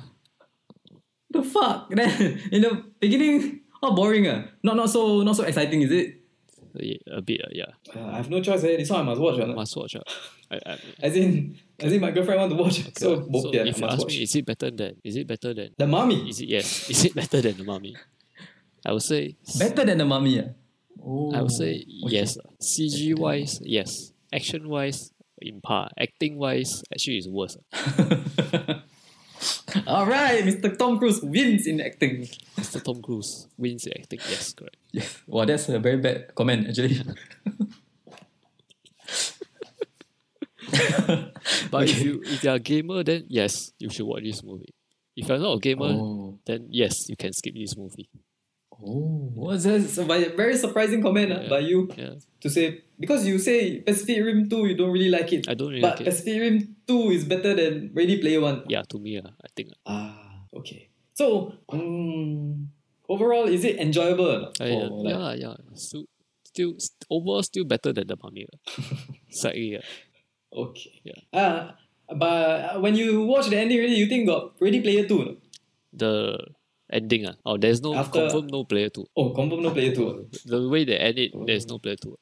The fuck? Then in the beginning, oh boring. Ah. Not not so not so exciting, is it? yeah, a bit, uh, yeah. I have no choice. Eh. This one I must watch. Must watch. Uh. I, I, As in, as in my girlfriend want to watch. So, so bo pian, I if you must ask watch. me, is it better than? Is it better than? the mummy Is it yes? Is it better than the mummy? I would say better than the mummy. ah? Oh, I would say okay. yes. uh, CG wise, yes. Action wise, in part. Acting wise, actually is worse. All right, Mr. Tom Cruise wins in acting. Mr. Tom Cruise wins the acting. Yes, correct. Yes. Well, that's a very bad comment, actually. But if you if you're a gamer, then yes, you should watch this movie. If you're not a gamer, Oh, then yes, you can skip this movie. oh. What's that? So, by- very surprising comment ah, Yeah. by you Yeah, to say because you say Pacific Rim 2 you don't really like it. I don't really but like it. Pacific Rim 2 is better than Ready Player 1. yeah. To me, uh, I think uh, Ah, okay. So, um, overall, is it enjoyable? or not? I, uh, Or like- yeah, yeah. Still, still, st- overall, still better than the mummy. uh. Slightly, uh, Okay. Yeah. Ah, but when you watch the ending, really, you think got Ready Player Two? or not? the ending. Uh. Oh, there's no After- confirm no player two. Oh, confirm no player two. ah. the way they end it, there's Oh. no player two.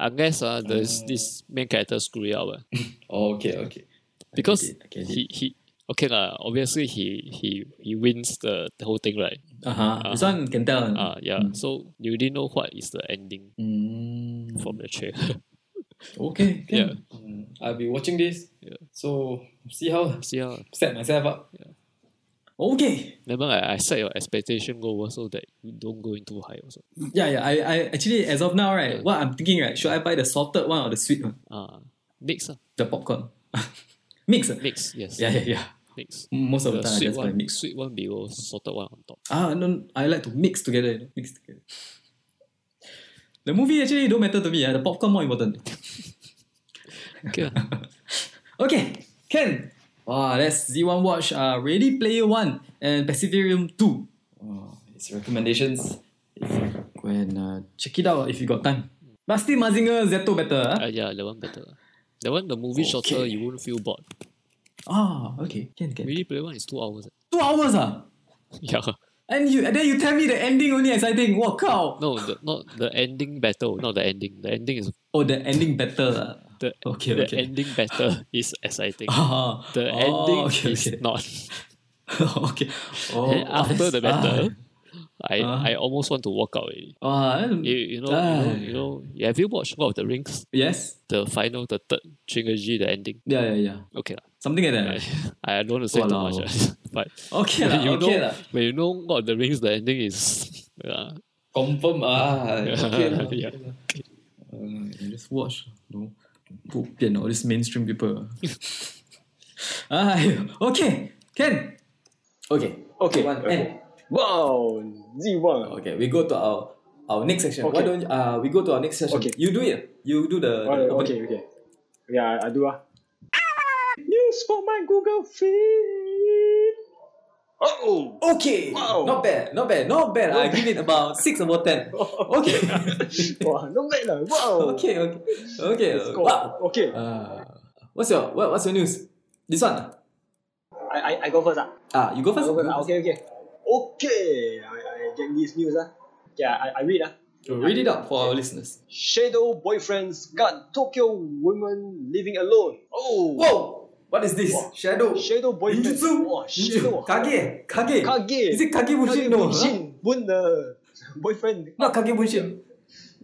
Unless uh, there's this main character screw it up. uh. Oh, okay, okay. I Because get it, I get it. he, he okay lah, obviously he he he wins the, the whole thing, right? uh-huh. this uh-huh. one can tell. Uh yeah. So you didn't know what is the ending Mm, from the trailer. okay. Can. Yeah. Mm, I'll be watching this. Yeah. So see how See how set myself up. Yeah. Okay. remember I, I set your expectation lower so that you don't go in too high also. Yeah, yeah. I, I actually as of now, right, what I'm thinking, right, should I buy the salted one or the sweet one? Uh mix uh, The popcorn. mix. ah? mix, yes. Yeah, yeah, yeah. Mix. Most of the, The time I sweet just buy one, mix. sweet one below, salted one on top. Ah, no, I like to mix together. you know, Mix together. The movie actually don't matter to me. ah, The popcorn more important. Okay. lah. Okay, Ken. Wow, that's Z1 Watch, uh, Ready Ah, Player 1 and Pacific Rim 2. Wow, its recommendations. It's, go and uh, check it out if you got time. But still, Mazinger Zeto better. Uh, ah. yeah, that one better. That one, the movie shorter, Okay. you won't feel bored. Ah, okay. Can can. Ready Player One is two hours. eh. Two hours ah. Yeah. And you and then you tell me the ending only exciting. Wow, cow. No, the, not the ending battle, not the ending. The ending is Oh, the ending better lah. the, Okay, the okay. ending battle is exciting. Ah, The oh, ending okay, is okay. not. okay. Oh, Then after the battle, I Ah. I almost want to walk out already. Ah, ah, You, you know, Ah. you know, you know, have you watched Lord of the Rings? yes. The final, the third trilogy, the ending. Yeah, yeah, yeah. Okay, lah. Something like that. I, I don't want to say too Walao. much, ah. but Okay when lah. you Okay know lah. when you know Lord of the Rings, the ending is yeah, Confirm ah. Okay lah. Yeah. Okay lah. Uh, you just watch. No. 不变 all these mainstream people. ah, okay. Can. Okay. Okay. One, okay. Wow, Z end. one. Okay, we go to our our next section. Why Okay. don't uh we go to our next session? Okay. You do it. You do the, Alright, the open- okay, okay. Yeah, I, I do ah. You spoke my Google feed. Oh. Okay. Wow. Not bad. Not bad. Not bad. I give it about six about ten. Oh. Okay. wow, not bad lah. Wow. okay. Okay. Okay. Let's go. Wow. Okay. Uh, what's your what, What's your news? This one. ah? I, I, I go first ah. Ah, you go I first. go first. Ah, okay, okay. Okay. I, I get this news ah. Yeah, I, I read ah. You Read it out for our listeners. Shadow boyfriends got Tokyo woman living alone. Oh. Whoa. What is this? Wow. Shadow. Shadow boyfriends. Ninjutsu. Wow, Ninjutsu. shadow. Kage. Kage. Kage. Is it Kage Bushin? No. huh? Bushin won the boyfriend. Not Kage Bushin.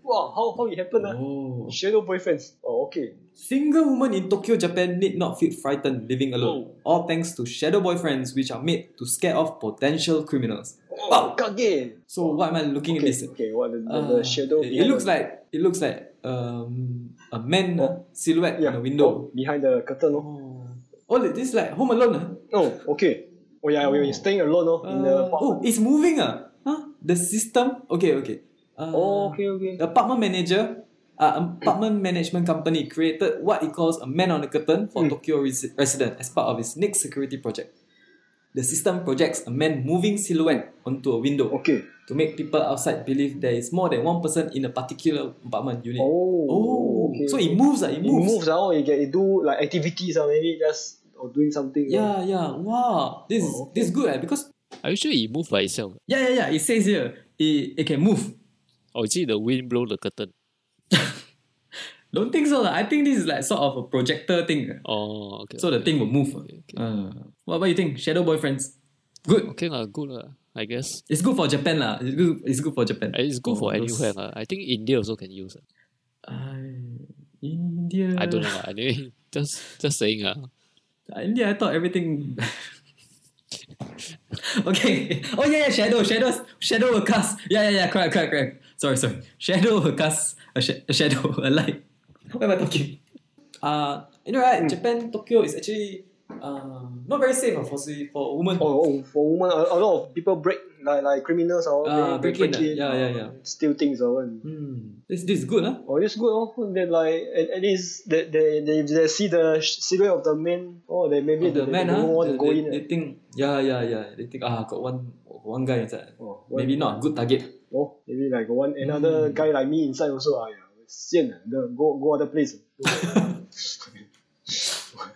Wow, how how it happened ah? Oh. Shadow boyfriends. Oh, okay. Single women in Tokyo, Japan need not feel frightened living alone. All thanks to shadow boyfriends, which are made to scare off potential criminals. Wow, Kage. So, what am I looking at Oh, Okay, this? okay. What the, Uh, the, the shadow? It, it behind looks the- like it looks like um, a man uh, Oh. silhouette yeah, on a window. oh, behind the curtain. Oh, Oh. oh, this is like Home Alone. ah. oh okay. Oh yeah, when you're staying alone oh, in the Uh, oh, apartment. it's moving. Uh. Huh? The system. Okay, okay. Uh, Oh, okay, okay. The apartment manager, uh, apartment management company created what it calls a man on the curtain for Mm. Tokyo resi- resident as part of its next security project. The system projects a man moving silhouette onto a window Okay. to make people outside believe there is more than one person in a particular apartment unit. Oh. Oh, okay, so okay. it moves, ah, it It moves. moves. ah, oh, it, get, it do like activities or maybe just or doing something. ah. Yeah, yeah. Wow, this is Oh, okay. this is good eh, because Are you sure it moved by itself? yeah, yeah, yeah. It says here it, it can move. Or Oh, is it the wind blow the curtain? Don't think so. lah. I think this is like sort of a projector thing. ah. Oh, okay. So the thing will move. ah. Okay, okay. Uh, what about you think? Shadow boyfriends, good. okay lah, good lah. I guess It's good for Japan lah. It's good. It's good for Japan. Eh, it's good for Oh, those- anywhere lah. I think India also can use. ah. I- uh, India. I don't know. lah. Anyway, just just saying ah. India. I thought everything. okay. Oh yeah, yeah. Shadow. Shadow. Shadow. A cast. Yeah, yeah, yeah. Correct. Correct. Correct. Sorry. Sorry. Shadow. A cast. A, sh- a shadow. A light. What am I talking? Uh, you know right? Japan, Tokyo is actually uh, not very safe ah, for for women. Oh, oh, for women, a, a lot of people break like like criminals or Ah, they, break in, they ah. Yeah, yeah, yeah. steal things ah, or what. Hmm. This this is good huh? Oh, it's good. Oh, they like at, at least they, they they they see the sh- silhouette of the man. Oh, they maybe Of the they, man, they huh? don't want They, to go they, in. they eh. think, yeah, yeah, yeah. They think, ah, got one, one guy inside. Oh, one- Maybe not a good target. Oh, maybe like one Mm. another guy like me inside also. Ah, yeah, sian. ah, the- Go go other place. ah.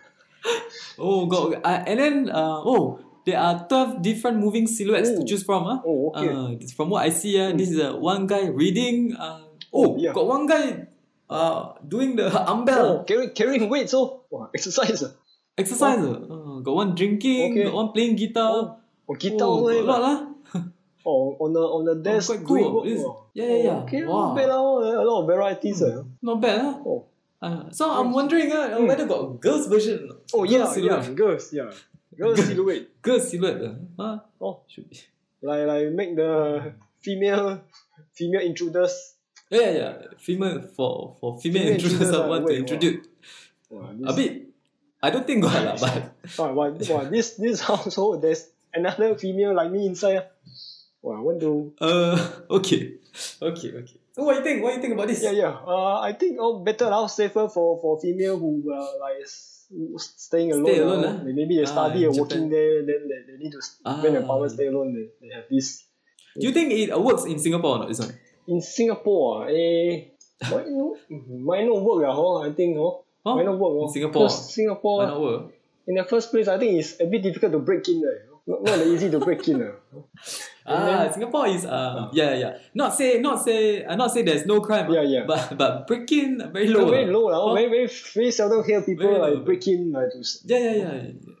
Oh god. Uh, and then, uh, oh, there are twelve different moving silhouettes to Oh. choose from. Huh? Oh, okay. Uh, from what I see, uh, this is uh, one guy reading. Uh, oh, Oh, yeah. got one guy. Uh, doing the oh, umbrella carry, carrying weights. Oh, wow, exercise. ah. exercise. Uh, got one drinking, Oh. Okay. got one playing guitar. Oh, guitar. Uh, oh, also got a have, lot ah. lah. Oh, on the on the Oh, desk. quite doing cool. work, This- oh. yeah, yeah, yeah. Oh, Okay, Wow. Hmm. not bad. ah, oh, A lot of varieties. ah. Not bad lah. Oh. Uh, so I'm wondering uh, Mm. whether got girls version. or not. Oh yeah, Girls silhouette. yeah, girls, yeah, girls silhouette. Girls silhouette. Uh, huh? Oh, Should be. like like make the female female intruders. Yeah, yeah, yeah. Female for for female, Female introducers introducers I are want to way more. introduce. Wow, A this, bit. I don't think got lah, but wow, wow, wow, this this household there's another female like me inside. ah. Wow, I want to. uh, okay, okay, okay. So what you think? What you think about this? Yeah, yeah. Uh, I think oh better now safer for for female who uh, like s- who s- staying alone. Stay ah. alone, ah. They- Maybe they Ah, study in or working Japan. there, then they, they need to s- when their Ah. parents stay alone. They, they have this. Do you think it uh, works in Singapore or not? This one? in Singapore, ah, eh, might not, might not work, ah, hor, I think, hor. Huh? Might not work, hor. In Singapore, Because Singapore, Why not work? in the first place, I think it's a bit difficult to break in there. you know. Not, not that easy to break in. ah. Ah, Singapore is uh, yeah, yeah. Not say, not say, uh, not say. There's no crime. ah, Yeah, yeah. But but breaking very It's low. very ah. low, lah. Oh. very, very, very seldom hear people Very like low. break in. Like, to, s- Yeah, yeah, yeah.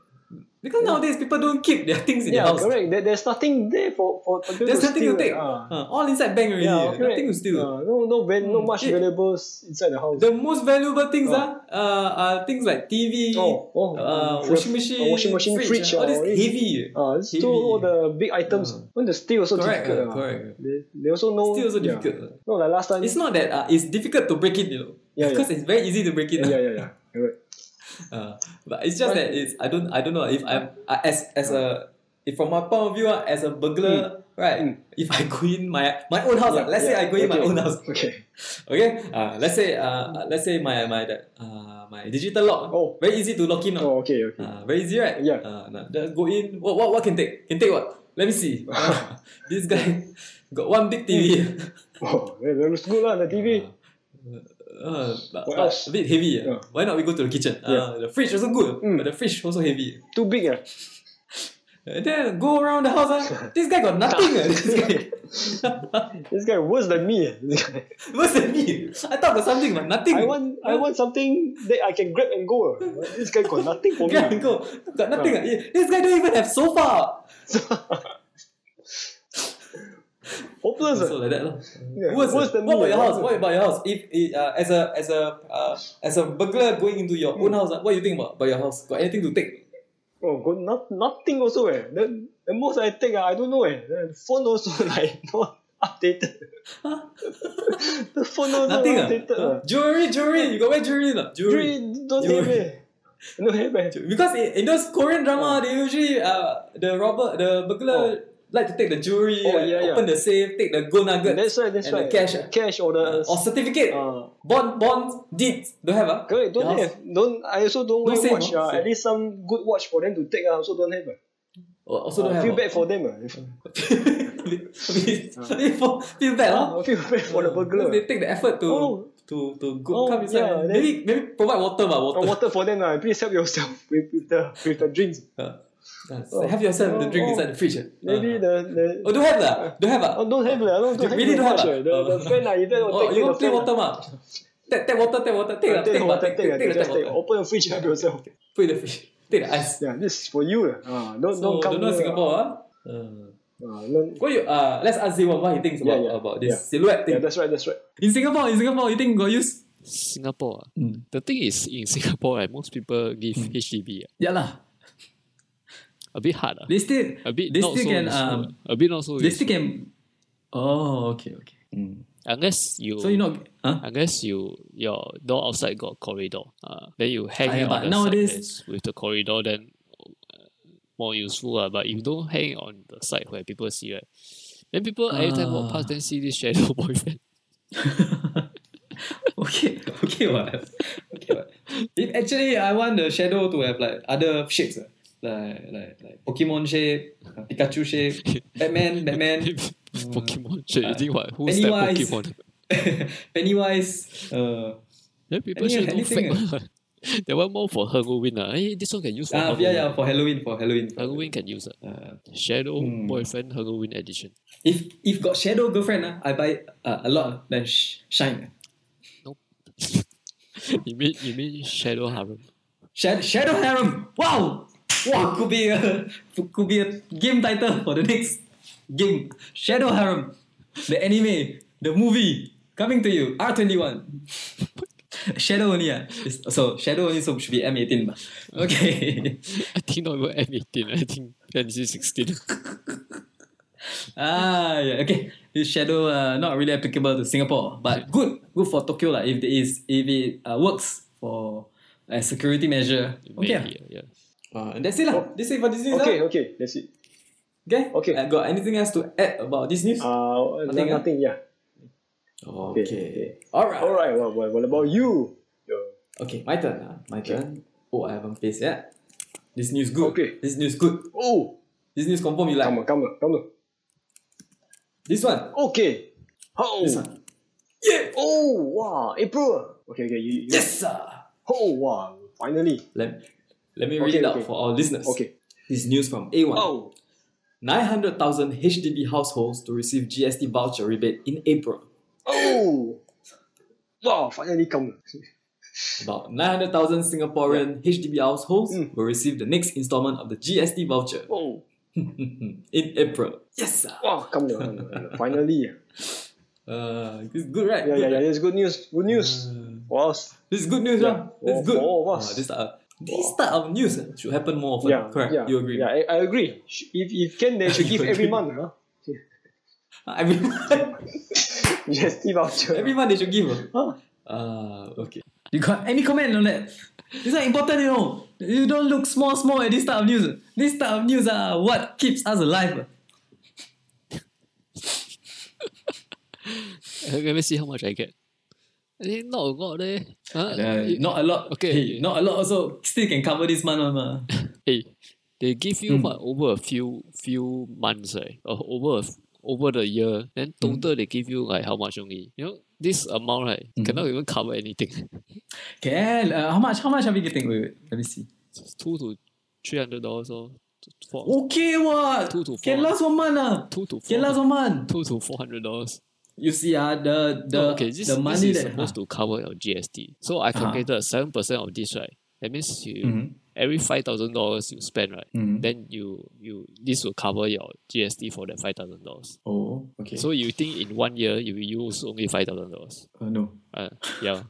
Because nowadays people don't keep their things in yeah, their house. correct. There, there's nothing there for, for, for them There's to nothing steal, to take. ah. Ah, all inside bank already. Yeah, correct. nothing to steal. Ah, no, no, val- no much Eh. valuables inside the house. The most valuable things Oh. are uh, are things like TV, oh, oh, uh, mm, washing the- machine, washing machine, fridge, ah, all ah, this all this- heavy. Ah, it's TV. still all the big items. Ah. When the steal also Correct, ah, difficult. ah. correct. They, they also know. Still also yeah. difficult. Not like last time. It's not that uh, it's difficult to break it, you know. Yeah, yeah. because it's very easy to break it. ah. yeah, yeah, yeah, yeah. Correct. Uh, but it's just that it's I don't I don't know if I'm I, as as a if from my point of view ah, as a burglar right Mm. if I go in my my own house ah, Yeah, let's yeah. say I go in my Okay. own house Okay. okay uh, let's say uh, let's say my my that uh, my digital lock ah, Oh. very easy to lock in oh. Oh, okay, okay. uh, very easy right Yeah. uh, nah, just go in what, what what can take can take what let me see Ah, this guy got one big TV Oh, that that looks good lah. The TV. Uh, but, but What else? a bit heavy. ah. Yeah. Why not we go to the kitchen? Uh, the fridge also good, Mm. but the fridge also heavy. Too big, ah. And then go around the house. ah. This guy got nothing. ah, this guy. This guy worse than me. ah, this guy. Worse than me. I thought of something, but nothing. I want, I want something that I can grab and go. ah. This guy got nothing for me. Guy, ah. go. Got nothing. ah. This guy don't even have sofa. Hopeless. So ah. like that lah. Yeah, Worse, worse than what about me, your ah. house? What about your house? If uh, as a as a uh, as a burglar going into your Mm. own house, ah, what do you think about, about your house? Got anything to take? Oh, got not, nothing also. Eh. The, the most I take, ah, I don't know. Eh. The phone also like not updated. the phone also nothing. ah. not updated. ah. Huh? Jewelry, jewelry. You got wear jewelry or not? Jewelry. Really don't You- have eh. No have eh. Because in, in those Korean Oh. drama, they usually uh, the robber, the burglar like to take the jewelry, Oh, like, yeah, yeah. open the safe, take the gold nugget That's right, that's and right. the cash, ah. cash or uh, the or certificate, uh, bond, bond, deeds. Don't have ah. correct. Don't Your house. have. Don't. I also don't No wear save, watch. no Uh, save. at least some good watch for them to take. I also don't have. Uh. Oh, also don't I have. feel ah. bad for them. Uh. feel, feel bad ah. I feel bad Oh. for the burglar. Because They take the effort to Oh. to to go Oh, come inside. yeah, and then- maybe maybe provide water but water. Oh, water for them. Uh. Please help yourself with, with the with the drinks. Ah, so have yourself the Oh, drink oh. inside the fridge. ah. Maybe Ah. the, the Oh, don't have that. Don't have that. Oh, don't have lah. Don't, don't have really the don't have watch, lah. eh. The, the Oh. fan lah. You don't Oh, take you the want play fan water lah. mah? Take, take water, take water, take lah, take Yeah, Take the water, water. Take take, lah. take, Just take, take. take, Open the fridge help yourself. put the fish, take the ice. Yeah, this is for you lah. Ah, don't So don't don't come know here, Singapore ah. Uh, ah. Ah, don't- what you uh, let's ask Zewan what he thinks Yeah, about, yeah, about this yeah. silhouette Yeah, thing. that's right. That's right. in Singapore, in Singapore, you think got use? Singapore. ah. Mm. The thing is, in Singapore, right, most people give Hmm. HDB ah. Yeah lah. a bit hard. ah. They still A bit they not still so can useful, um ah. a bit not so they useful. still can Oh okay okay. Hmm. unless you So you not huh? unless you your door outside got corridor. Uh, then you hang Ah, yeah, it but on the nowadays- side that's with the corridor then uh, more useful uh, but if you don't hang it on the side where people see right then people every time walk past then see this shadow boyfriend. Okay, okay, what? Okay, what? If actually I want the shadow to have like other shapes, uh, like like like Pokemon shape, uh, Pikachu shape, Batman, Batman, Pokemon shit, you think what? Who's that Mm. Pennywise. Pokemon? Pennywise. Uh, Then people Any- should know anything, fake one. That one more for Halloween. Uh. Hey, this one can use for ah, Halloween. yeah, yeah, for Halloween, for Halloween. for Halloween can use it. Uh, Shadow Hmm. Boyfriend Halloween edition. if if got shadow girlfriend, uh, I buy uh, a lot uh, than sh- shine. you mean you mean Shadow Harem? Shad- shadow harem. Wow, wow, could be a could be a game title for the next game. Shadow harem, the anime, the movie coming to you. R twenty one. Shadow only ah. It's- So shadow only so should be M eighteen but okay. I think not even M eighteen. I think NC sixteen. ah yeah okay. This shadow uh, not really applicable to Singapore but good good for Tokyo lah if it is if it uh, works for a security measure. Okay. Maybe, ah. yeah. Uh, and that's it lah. That's it for this news lah. oh. Okay, okay. That's it. Okay. Okay. Uh, got anything else to add about this news? Nothing, Uh, nothing. ah? nothing yeah. okay. okay. All right. All right. What, what, what about you? Okay, my turn. ah. my turn. Oh, I haven't placed yet. This news good. Okay. This news good. Oh, This news confirm you like. come on, come on, come on. This one. Okay. Ho! This one. Yeah! Oh, wow. Hey, bro. Okay, okay. You, you, Yes, sir. Oh, wow. Finally. Let, let me read Okay, it out okay. for our listeners. Okay. This news from A1. Oh. 900,000 HDB households to receive GST voucher rebate in April. Oh. Wow, finally come. About 900,000 Singaporean HDB households Mm. will receive the next installment of the GST voucher Oh. in April. Yes, sir. Wow, come now, come now, come now. Finally. Uh, this is good, right? Yeah, yeah, Good, yeah. right? It's good news. Good news. Uh, Wow. this is good news, Yeah. lah. This is For- good. for all of us. Ah, this, type of- this type of news uh, should happen more often. Yeah, Correct. yeah. You agree? Yeah, I, I agree. Sh- If, if can, they should You give every agree. month. Huh? Uh, I mean, GST voucher. everyone they should give. Uh. Huh? Ah, okay. You got any comment on that? It's not important, you know. You don't look small, small at this type of news. This type of news are what keeps us alive. Let me see how much I get. I think not a lot eh. Huh? You- not a lot. Okay. hey, not a lot. Also, still can cover this month, one, ah. mah. Hey, they give you Mm. what over a few few months, right? Or over a f- over the year, then total 嗯 they give you like how much only? You know, this amount right Mm. cannot even cover anything. Can uh, how much? How much are we getting? Wait, wait. Let me see. It's two to three hundred dollars or t- four, Okay, what? Two to Can four. last one month, ah. two to four, Can last one month. two to four hundred dollars. You see, ah, the the No, okay, this, the this money is that Uh-huh. supposed to cover your GST. So I calculated seven percent of this, right? That means you Mhm. every five thousand dollars you spend, right? Mm. Then you you this will cover your GST for that five thousand dollars. Oh, okay. So you think in one year you will use only five thousand dollars? uh, no. Uh, yeah.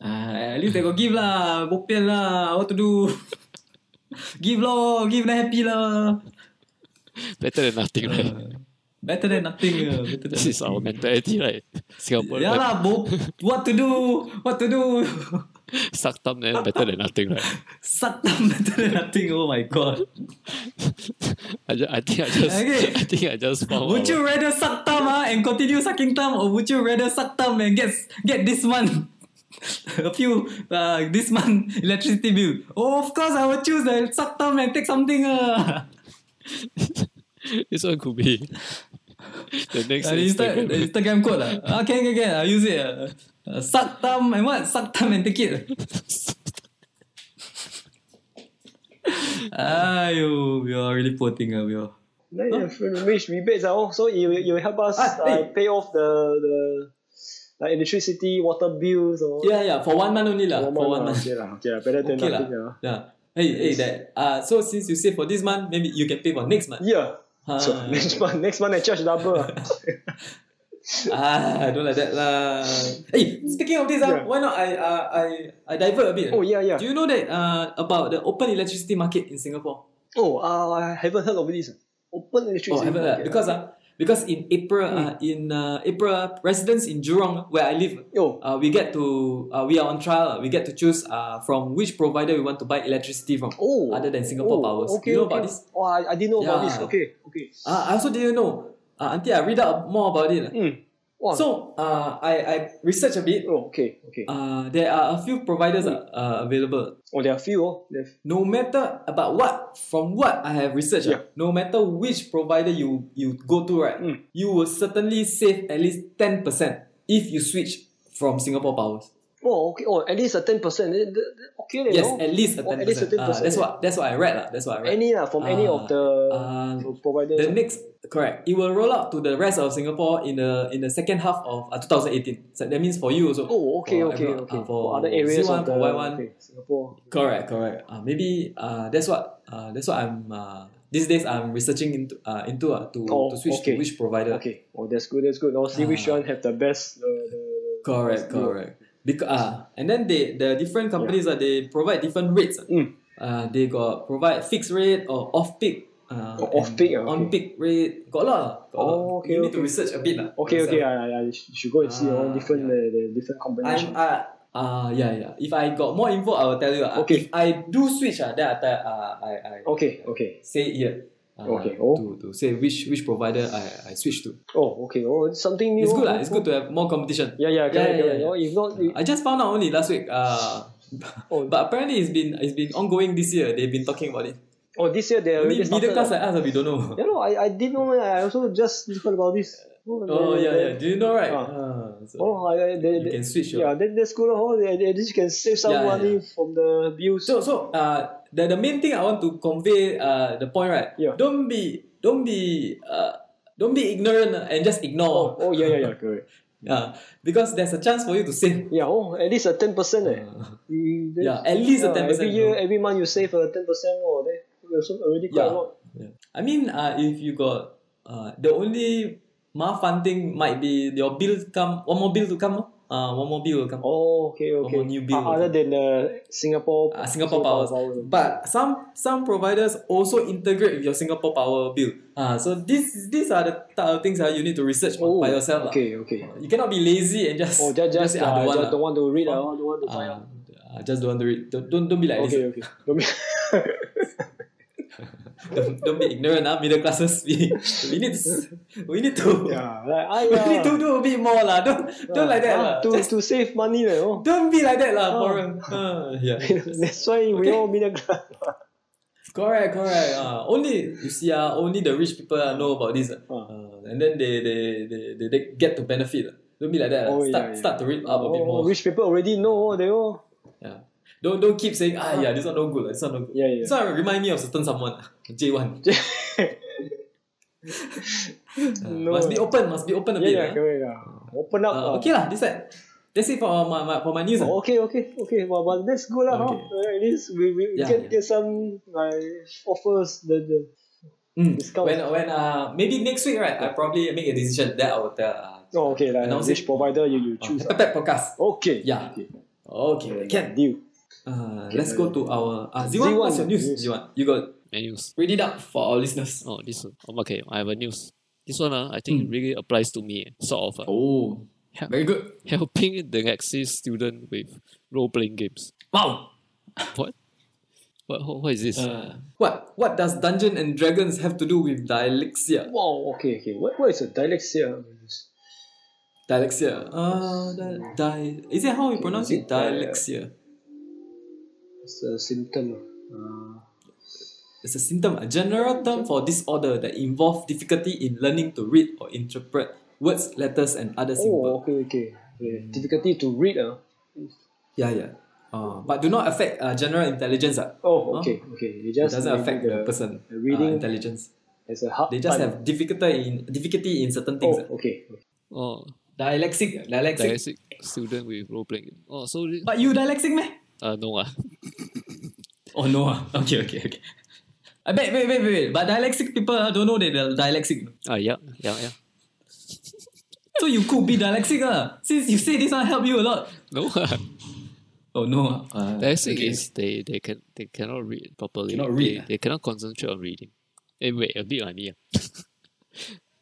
Ah, at least they got give lah. Bopian lah. What to do? give lah. Give lah. Happy lah. Better than nothing, right? Uh, better than nothing. ah, better than this is our mentality, right? Singapore Yeah lah, bo- what to do? What to do? suck thumb then better than nothing, right? Suck thumb better than nothing. Oh my god. I, ju- I think I just Okay. I think I just found Would our- you rather suck thumb ah, and continue sucking thumb or would you rather suck thumb and get get this month a few uh, this month electricity bill? Oh, of course I will choose the suck thumb and take something ah. this one could be the next Uh, the, Insta- Instagram. the Instagram code ah. Ah, can can can. I'll use it. ah. Uh, suck thumb and what? Suck thumb and take it. Ayo, we are really poor thing ah, we are. Then you have rich rebates are also uh, it will, it will help us Ah, uh, eh. pay off the the like electricity, water bills or Yeah, yeah, for one month only lah. One For month one lah. month. Okay, lah, okay lah, better than okay nothing. lah. Yeah. Hey, hey, that. Uh, so since you say for this month, maybe you can pay for next month. Yeah. Ah, Ya. So next month, next month I charge double. ah. ah, don't like that lah. Hey, speaking of this, ah, Yeah. why not I uh, I I divert a bit. oh yeah, yeah. Do you know that uh about the open electricity market in Singapore? Oh, uh, I haven't heard of this. Open Oh, electricity. haven't heard. market. Because uh, because in April uh, in uh, April uh, residents in Jurong where I live oh, uh, we get to uh, we are on trial uh, we get to choose uh, from which provider we want to buy electricity from oh, other than Singapore oh, powers. Okay, You know okay. about this? Oh, I, I didn't know about Yeah. this. Okay, okay. uh, I also didn't know uh, until I read out more about it. lah. Mm. Wow. So uh, I I research a bit. oh, okay, okay. Uh, there are a few providers uh, uh, available. oh, there are few. Oh, there are No matter about what, from what I have researched, uh, Yeah. no matter which provider you you go to, right, Mm. you will certainly save at least ten percent if you switch from Singapore Powers. Oh, okay. Oh, at least a ten percent. Okay, leh, yes, no? at least a Oh, ten at least a percent. Ah, that's 10%, what that's what I read. lah. that's what I read. any lah from any Ah, of the ah, providers. the next correct, it will roll out to the rest of Singapore in the in the second half of uh, 2018. So that means for you also. oh, okay, for okay, everyone, okay. ah, for for other areas Z1, of the for Y1. okay, Singapore. Correct, correct. Uh, maybe uh, that's what uh, that's what I'm uh, these days I'm researching into uh, into uh, to, Oh, to switch to okay. which provider. Okay. Oh, that's good. That's good. I'll see which Ah. one have the best. Uh, the, Correct, best deal. correct. Because uh, and then they the different companies uh, they provide different rates. Mm. Uh, they got provide fixed rate or off peak. Uh, Oh, off-peak, ah, on peak rate. Got a lot. lah, Got a lot. Oh, okay, you need to okay. research a bit lah. Okay, okay. yourself. I, I, I should go and see Ah, all different yeah. uh, the different combination. I'm uh, uh, yeah, yeah. If I got more info, I will tell you. ah. If Okay. I do switch, uh, then I tell uh, I I okay, okay. say it here. Uh, Okay, oh. To, to say which which provider I, I switch to. Oh, okay. Oh, it's something new. It's good oh, lah. It's good to have more competition. Yeah, Yeah, yeah, correct, yeah, correct. yeah, Oh, if not, I just found out only last week. Uh, oh, but apparently it's been it's been ongoing this year. They've been talking about it. Oh, this year they already Only middle started. class ah. like us, we don't know. Yeah, no, I, I didn't know. eh. I also just heard about this. Oh yeah, yeah. Do you know right? Ah, so Oh, I, I, they, you they, can switch. your- yeah, then that's good. Oh, at at least you can save some Yeah, yeah, money from the bills. So so uh the, the main thing I want to convey uh the point right. Yeah. Don't be don't be uh don't be ignorant uh, and just oh, ignore. oh, yeah, yeah, yeah, correct. Yeah, because there's a chance for you to save. Yeah, oh, at least a 10%. Eh. Mm, that's- Yeah, at least a yeah, 10%. Every year, no? every month you save a 10% or that. Also already quite Yeah. a lot. Yeah. I mean, uh, if you got uh, the only mafan thing might be your bill come one more bill to come. lor. Uh, one more bill will come. Oh, okay, okay. more new bill. Ah, other than the Singapore, Uh, Singapore powers. But some some providers also integrate with your Singapore Power bill. Uh, so this these are the type of things that you need to research oh, by yourself. lah. Okay, okay. You cannot be lazy and just Oh, just, just, say, uh, "Ah, just don't don't want want to read, ah, Oh. don't want to lah." find out. Ah, I just don't want to read. Don't, don't, don't be like Okay, this. okay. Don't be- Don't, don't be ignorant, ah, middle classes. We, we need to, s- we need to yeah, like, ah, we yeah. need to do a bit more lah. Don't don't like that Ah, lah. To, Just to save money, like, oh. don't be like that lah, Ah. foreign. Ah, yeah. That's why we Okay. all middle class. Correct, correct. Ah, only you see, ah, only the rich people ah, know about this. ah. Ah. Ah, and then they they, they they they get to benefit. ah. Don't be like that. ah. Oh, yeah, start yeah. start to read up a bit more. Oh, rich people already know, oh, they all. Yeah. Don't don't keep saying ah yeah this one no good. ah, This one no good. Yeah, yeah. This one remind me of certain someone. J one. No. Uh, Must be open. Must be open a yeah, bit. yeah, ah. correct. Yeah. Open up. Ah, ah. okay lah. This that. That's it for my, my for my news. ah. Oh, okay, okay, okay. Well, but that's good lah. huh? Okay. Uh, At least we, we Yeah, can yeah. get some like offers. The, the Mm. discount. When when uh maybe next week right, I probably make a decision that I will tell. Uh, oh, okay, like Announce which it. provider you, you choose. Pepper Pack podcast. Okay. Ah, Yeah. Okay. Okay, can. Deal. Uh, let's go to our uh, Z1, Z1, What's your news, news. Z1? You got Any news? read it up for our listeners. Oh, this one. Oh, okay, I have a news. This one, uh, I think Hmm. really applies to me, eh, sort of. Uh, Oh, Yeah. very good. Helping the Lexi student with role playing games. Wow. What? What, what, what is this? Uh, what what does Dungeon and Dragons have to do with dyslexia? Wow. Okay. Okay. What, what is a dyslexia? Dyslexia. Uh, di- di- is it how you pronounce it? is it, uh, Dyslexia. It's a symptom. Uh, It's a symptom, a general term for disorder that involves difficulty in learning to read or interpret words, letters, and other oh. symbols. Okay. Okay. Yeah, Difficulty to read. Uh. Yeah, yeah. Uh, but do not affect uh, general intelligence. Uh. Oh. Huh? Okay. Okay. It It just doesn't maybe affect the person the reading reading- intelligence. It's a hard. They just time. have difficulty in difficulty in certain things. ah. Oh. Okay. oh, Dyslexic, dyslexic. dyslexic student with role playing game. Oh, so thi- But you dyslexic meh? uh, no ah. Oh no. ah. Okay, okay, okay. I bet, wait, wait, wait, wait. But dyslexic people ah, don't know they are dyslexic. Ah, yeah, yeah, yeah. So you could be dyslexic ah. Since you say this one help you a lot. No ah. Oh no. ah. Uh, Dyslexic okay. is they they can they cannot read properly. Cannot read, They, ah. they cannot concentrate on reading. Eh, wait, a bit on me. ah.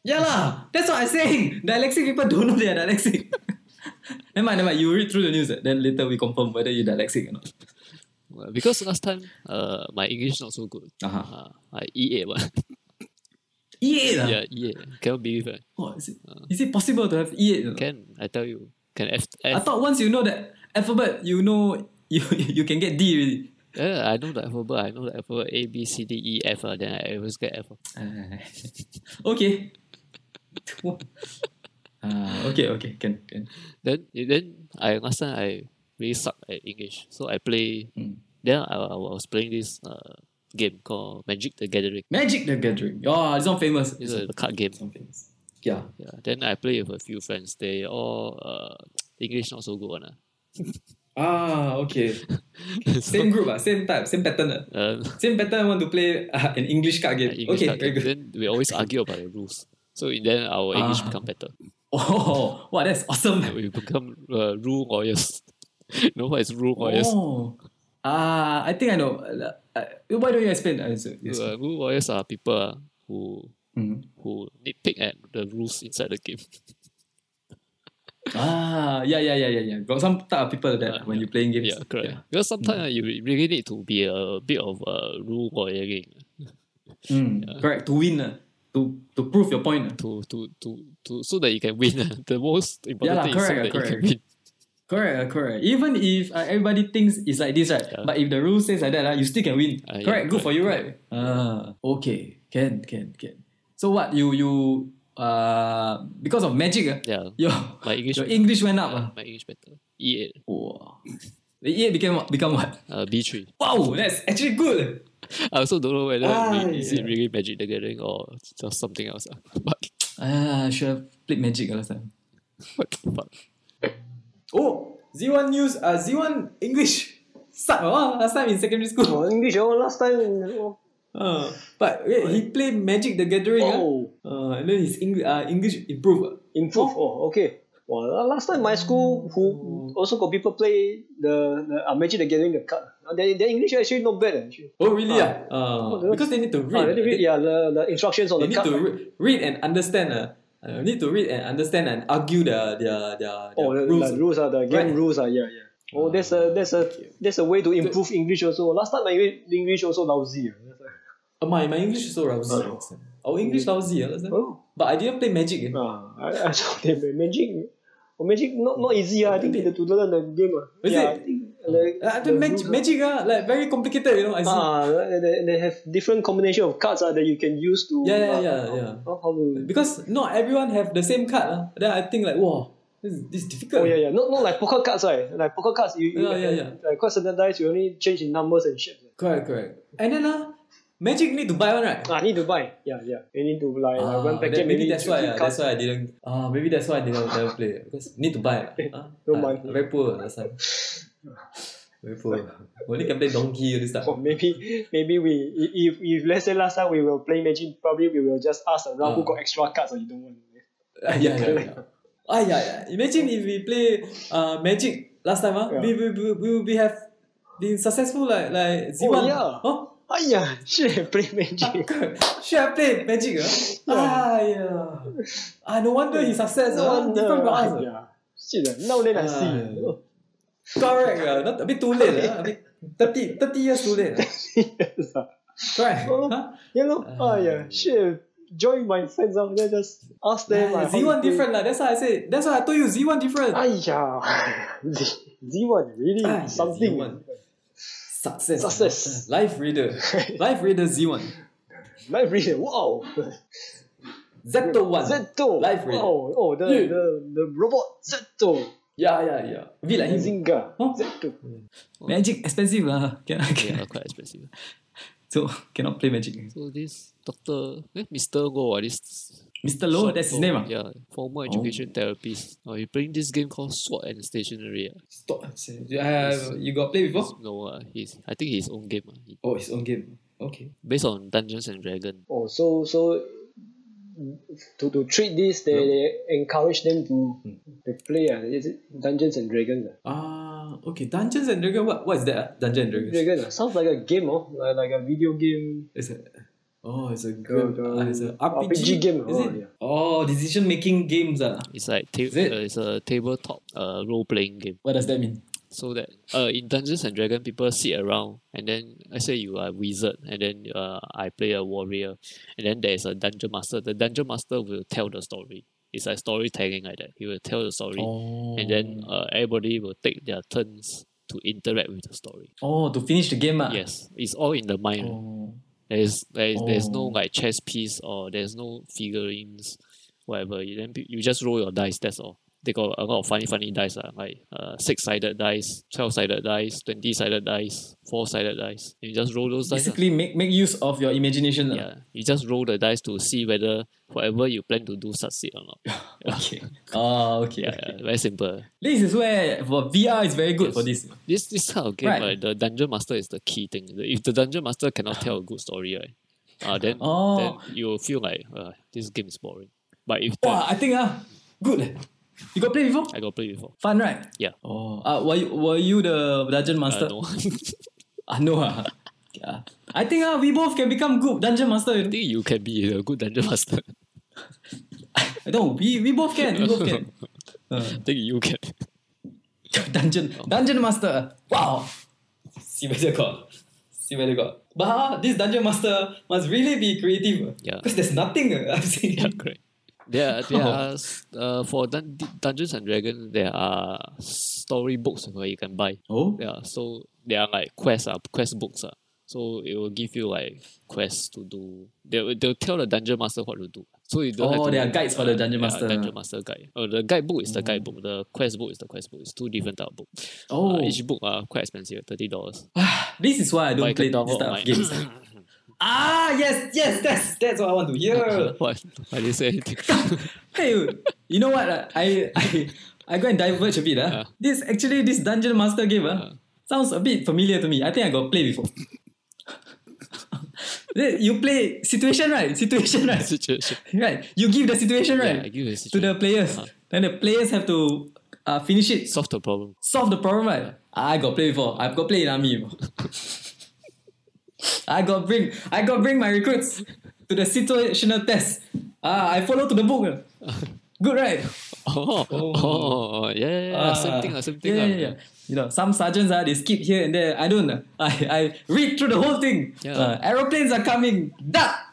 Yeah lah. That's what I'm saying. Dyslexic people don't know they are dyslexic. never mind, never mind. You read through the news. ah. Then later we confirm whether you dyslexic or not. Well, Because last time, uh, my English not so good. Uh-huh. Uh, I E eight one. E8 ah. yeah, E eight. Cannot believe it. Oh, is it, is it possible to have E8? ah? Can I tell you? Can F, I F thought once you know that alphabet, you know you you can get D really. Yeah, I know the alphabet. I know the alphabet A B C D E F. Uh, then I always get F. okay. Ah, okay, okay, can can. Then then I last time I really suck at English, so I play. Mm. Then I, I was playing this uh, game called Magic the Gathering. Magic the Gathering. Oh, this one famous. It's This a one, card game. this one famous. Yeah. Yeah. Then I play with a few friends. They all uh, English not so good one. ah. Ah, okay. So, Same group, ah, same type, same pattern. ah. uh, Same pattern want to play ah, an English card game. English okay, card very game. good. Then we always argue about the rules. So in then our English Ah. become better. Oh, wow, that's awesome. man. We become uh, rule lawyers. no, what is rule lawyers? Oh. Ah, I think I know. Uh, uh, why don't you explain? Uh, so- yes. Uh, rule lawyers are people ah, who Mhm. who nitpick at the rules inside the game. Ah, yeah, yeah, yeah, yeah, yeah. Got some type of people like that Ah, when you're playing games. yeah, correct. Because sometimes Mm. ah, you re- really need to be a bit of a rule lawyering Mm, Correct. To win, uh, to to prove your point. ah. to to to to so that you can win. ah. the most important lah, thing is so correct ah, that you correct. can win. Correct, uh, correct. Even if uh, everybody thinks it's like this, right? Yeah. But if the rule says like that, uh, you still can win. Ah, yeah, correct, good for correct, you, right? Ah, okay, can, can, can. So what you you uh because of magic, uh, Yeah, your my English, your English went up. yeah, Uh. my English better. E8, Wow. The EA became what? Become what? uh, B3. Wow, that's actually good. I also don't know whether Ah, re- is yeah. it really Magic the Gathering or just something else. ah. but Ah, I should have played magic last time. what the fuck? Oh, Z1 news. Uh, Z1 English. Suck, uh, last time in secondary school. Oh, English, oh, last time. Oh, Uh, but wait, he played Magic the Gathering. ah. oh Uh, and then his English, uh, English improved. improve. Oh, okay. Well, la- last time my school who Oh. also got people play the, the uh, Magic the Gathering the card. Uh, Their, their English actually not bad eh, actually. Oh, really? Ah. Ah, Uh, because they need to read. Ah, they read yeah, the, the instructions on They the need to card. re- read and understand. Uh, uh, need to read and understand and argue the their, their, oh, their rules. the rules, the, rules are the Right. game rules are yeah yeah. Oh, there's a there's a there's a way to improve English also. Last time my English- English also lousy. eh. That's like, Uh, my, my English is so lousy. Oh. Our English lousy. Uh, last time. Oh, But I didn't play Magic. eh. ah, I, I saw them eh. magic. Oh, magic not not easy. ah. I think they had to learn the game. ah. Is yeah, it? I think like, Uh, the mag- rules are- magic ah, like very complicated, you know. I see. Ah, they, they have different combination of cards ah, that you can use to. Yeah, yeah, ah, yeah, how- yeah. How, how to, Because not everyone have the same card. ah. Then I think like, wow, this is, this is difficult. oh yeah, yeah. Not not like poker cards, right? Like poker cards, you, you Yeah, yeah, yeah. Like quite certain dice, you only change in numbers and shapes. Correct, correct. And then ah, Magic need to buy one, right? Ah, I need to buy. Yeah, yeah. You need to like Ah, uh, one that- packet maybe maybe that's why. ah, 50 cards. that's why I didn't. Ah, maybe that's why I didn't never play because need to buy. Ah, No I- money. I Very poor last time. Very poor. Only can play donkey this Or time. maybe maybe we i- if if let's say last time we were playing Magic, probably we will just ask around who Ah. got extra cards or you don't want. Ah, yeah, yeah, yeah. Ah, yeah, yeah. Imagine if we play uh, Magic last time. Ah, Yeah. we, we, we, we would be have been successful like like Z1. Oh, yeah. Huh? Ah, Ah yeah, shit, play Magic. Should I play magic? ah? Ah, yeah. Ah, no wonder he success. No ah. wonder. different from us. ah. yeah. Shit, ah, now then I see. Ah. Oh, Correct. ah. Not, a bit too late. ah. A bit 30, 30 years too late. ah. yes, ah. Correct. Oh, huh? You know, Ah. ah yeah, shit. Join my friends out there, just ask them. Ah, ah, how Z1 you play. different. lah. That's why I say. That's why I told you Z1 different. Ah yeah, Z- Z1 really Ah, yeah, something. Z1. Success. Success. Life reader. Life reader Z1. Life reader, wow. Zeto 1. Zeto. Life reader. Wow. Oh, the, Yeah. the, the robot Zeto. Yeah, yeah, yeah. A bit like him. Zinga. Huh? Zeto. Magic expensive lah. Can, Yeah, can, quite expensive. so cannot play magic. So this doctor, eh, Mr. Go, ah, this Mr. Low, Short that's his Go, name. ah. Yeah, former education therapist. Oh, he playing this game called Sword and Stationery. ah. Stop. Uh, you got play before? He's- No, uh, he's I think his own game. ah. He- Oh, his own game. Okay. Based on Dungeons and Dragons. Oh, so so to, to treat this, they, they encourage them to, to play. Uh, is it Dungeons and Dragons? Uh? Ah, okay. Dungeons and Dragons. What what is that? ah? Dungeons and Dragons. Dragons ah, sounds like a game, oh, like, like a video game. It's a oh, it's a Go- game. go- ah, it's a RPG, RPG game, Is oh, it? yeah. Oh, decision making games. Ah, It's like ta- Is it? uh, it's a tabletop uh, role playing game. what does that mean? So that uh, in Dungeons and Dragons, people sit around and then I say you are a wizard and then uh, I play a warrior and then there is a dungeon master. The dungeon master will tell the story. It's like storytelling like that. He will tell the story Oh, and then uh, everybody will take their turns to interact with the story. oh, to finish the game. Ah. Yes, it's all in the mind. Oh. There is there is there's Oh. no like chess piece or there's no figurines, whatever. You then you just roll your dice. That's all. They got a lot of funny funny dice lah, like uh, six sided dice, twelve sided dice, twenty sided dice, four sided dice. You just roll those dice. lah. Basically, make make use of your imagination. ah. Yeah, you just roll the dice to see whether whatever you plan to do succeed or not. Okay. Oh, okay. Yeah, yeah, very simple. This is where for VR is very good for this. This this kind of game, Right. right, the dungeon master is the key thing. The- If the dungeon master cannot tell a good story, right, uh, then Oh. then you will feel like uh, this game is boring. But if the- Wow, I think ah, good. You got play before? I got play before. Fun, right? Yeah. Oh, uh, were you, were you the dungeon master? Uh, no. I Ah, no. ah. Yeah. I think ah, we both can become good dungeon master. You know? think you can be a good dungeon master. No, we, we both can. We both can. I think you can. dungeon dungeon master. Wow. See where they got. See where they got. But ah, this dungeon master must really be creative. ah. Yeah. Because there's nothing ah, I've seen. Yeah, correct. There, are- there Oh. are s- uh, for dun- Dungeons and Dragons. There are s- storybooks where you can buy. Oh, Yeah, so they are like quests, uh, quest books. Uh. So it will give you like quests to do. They'll, they'll tell the dungeon master what to do. So you don't have Oh, to there do- are guides for the dungeon yeah, master. dungeon master guide. Oh, the guide book is the guide book. The quest book is the quest book. It's two different type of book. oh. Uh, each book are quite expensive, thirty dollars. this is why I But don't you play can this download type of online. games. ah, yes, yes, that's that's what I want to hear. what? I didn't say anything. hey, you know what? ah? I I I go and diverge a bit. Ah, Ah. this actually this dungeon master game. Ah, sounds a bit familiar to me. I think I got play before. you play situation right, situation right, Situation. right. You give the situation Yeah, right I give you a to the situation. players, Ah. then the players have to uh, finish it, Solve the problem. solve the problem right. I got play before. I've got play in army. before. I got bring I got bring my recruits to the situational test. Ah, I follow to the book. Good right? Oh, oh, oh, yeah, yeah, yeah. same thing, Ah, uh, same thing. Yeah, ah. yeah, yeah. You know, some sergeants uh, they skip here and there. I don't. know. I I read through the whole thing. Yeah. Uh, aeroplanes are coming. Duck.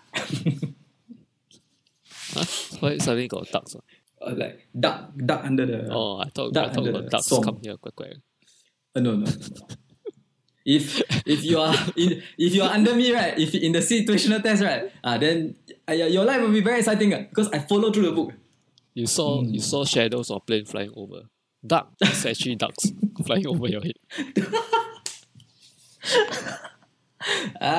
Huh? Why suddenly got ducks? ah? Uh, like duck, duck under the. Oh, I thought duck I thought under got the ducks swamp. come here quick, quick. Uh, no, no. no, no. if if you are in, if you are under me right, if in the situational test right, uh, then uh, your your life will be very exciting uh, because I follow through the book. You saw you Hmm. saw shadows of plane flying over. Duck. It's actually ducks flying over your head.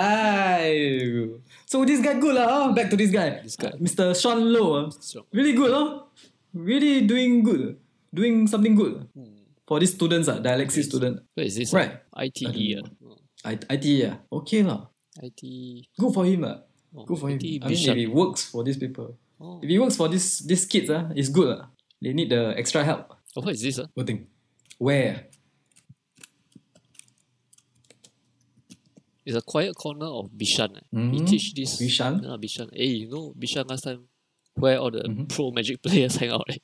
Aye. So this guy good lah. oh. Back to this guy. This guy. Uh, Mr. Sean Low. ah. Strong. Really good oh. Really doing good. Doing something good. Hmm. For these students ah, dyslexic student. Where is this? Right. Ah? ITE. ah. Oh, I IT ah. Okay lah. ITE. Good for him lah. Oh, Good for him. ITE I mean Bishan. if it works for these people. Oh. If it works for this these kids ah, it's good lah. They need the extra help. Oh, what is this? ah? What thing? Where? It's a quiet corner of Bishan. eh. Mm. We teach this. Bishan? Yeah, Bishan. Hey, you know Bishan last time where all the Mm-hmm. pro magic players hang out. eh?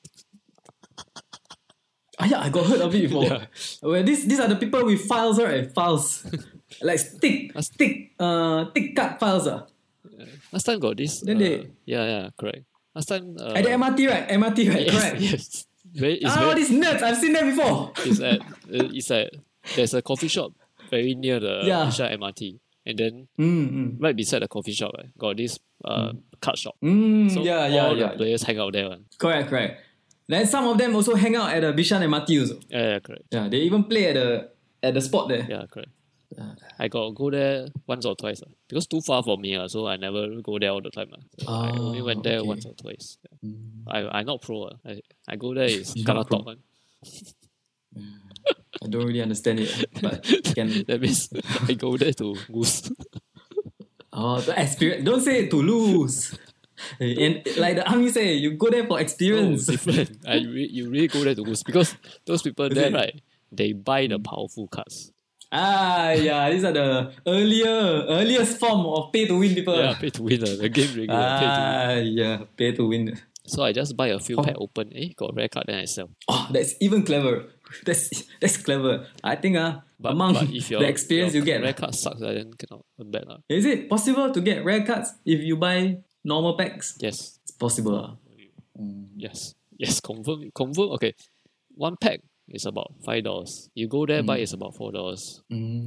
Ah yeah, I got heard of it before. Yeah. Well, these these are the people with files, right? Files, like stick, Us- stick, uh, stick card files. Ah, Last time got this. Then uh, they- Yeah, yeah, correct. Last time. Uh, at the MRT, right? MRT, right? yes, Correct. yes. Very, it's, ah, all very, these nerds, I've seen them before. it's at uh, it's at there's a coffee shop very near the Yeah. Bishan MRT, and then Mm, mm, right beside the coffee shop right, got this uh, card shop. mm, So yeah, yeah, all yeah. the players hang out there. One. Correct, correct. Then some of them also hang out at the Bishan MRT also. Yeah, yeah, correct. Yeah, they even play at the at the spot there. Yeah, correct. Ah. I got go there once or twice ah, because too far for me, ah, so I never go there all the time. ah. So I Ah, only went okay. there Mm. once or twice. Yeah. I I not pro. ah. I, I go there is Not kena pro. talk one. I don't really understand it, but can That means I go there to goose. oh the experience. Don't say it to lose. And like the army say, you go there for No, experience. different. I re- you really go there to goose because those people there it? right, they buy the powerful cards. Ah, yeah, these are the earlier, earliest form of pay to win people. Yeah, pay to win ah, the game regular. pay to win. ah, yeah, pay to win. So I just buy a few Oh. pack open. Eh, got rare card then I sell. Oh, that's even clever. That's that's clever. I think ah, But, among but if your, the experience your you get, rare card sucks, ah, then cannot earn back. ah. is it possible to get rare cards if you buy normal packs? Yes, It's possible. ah. Yes. Yes, confirm confirm okay. One pack is about five dollars. You go there buy is about four dollars.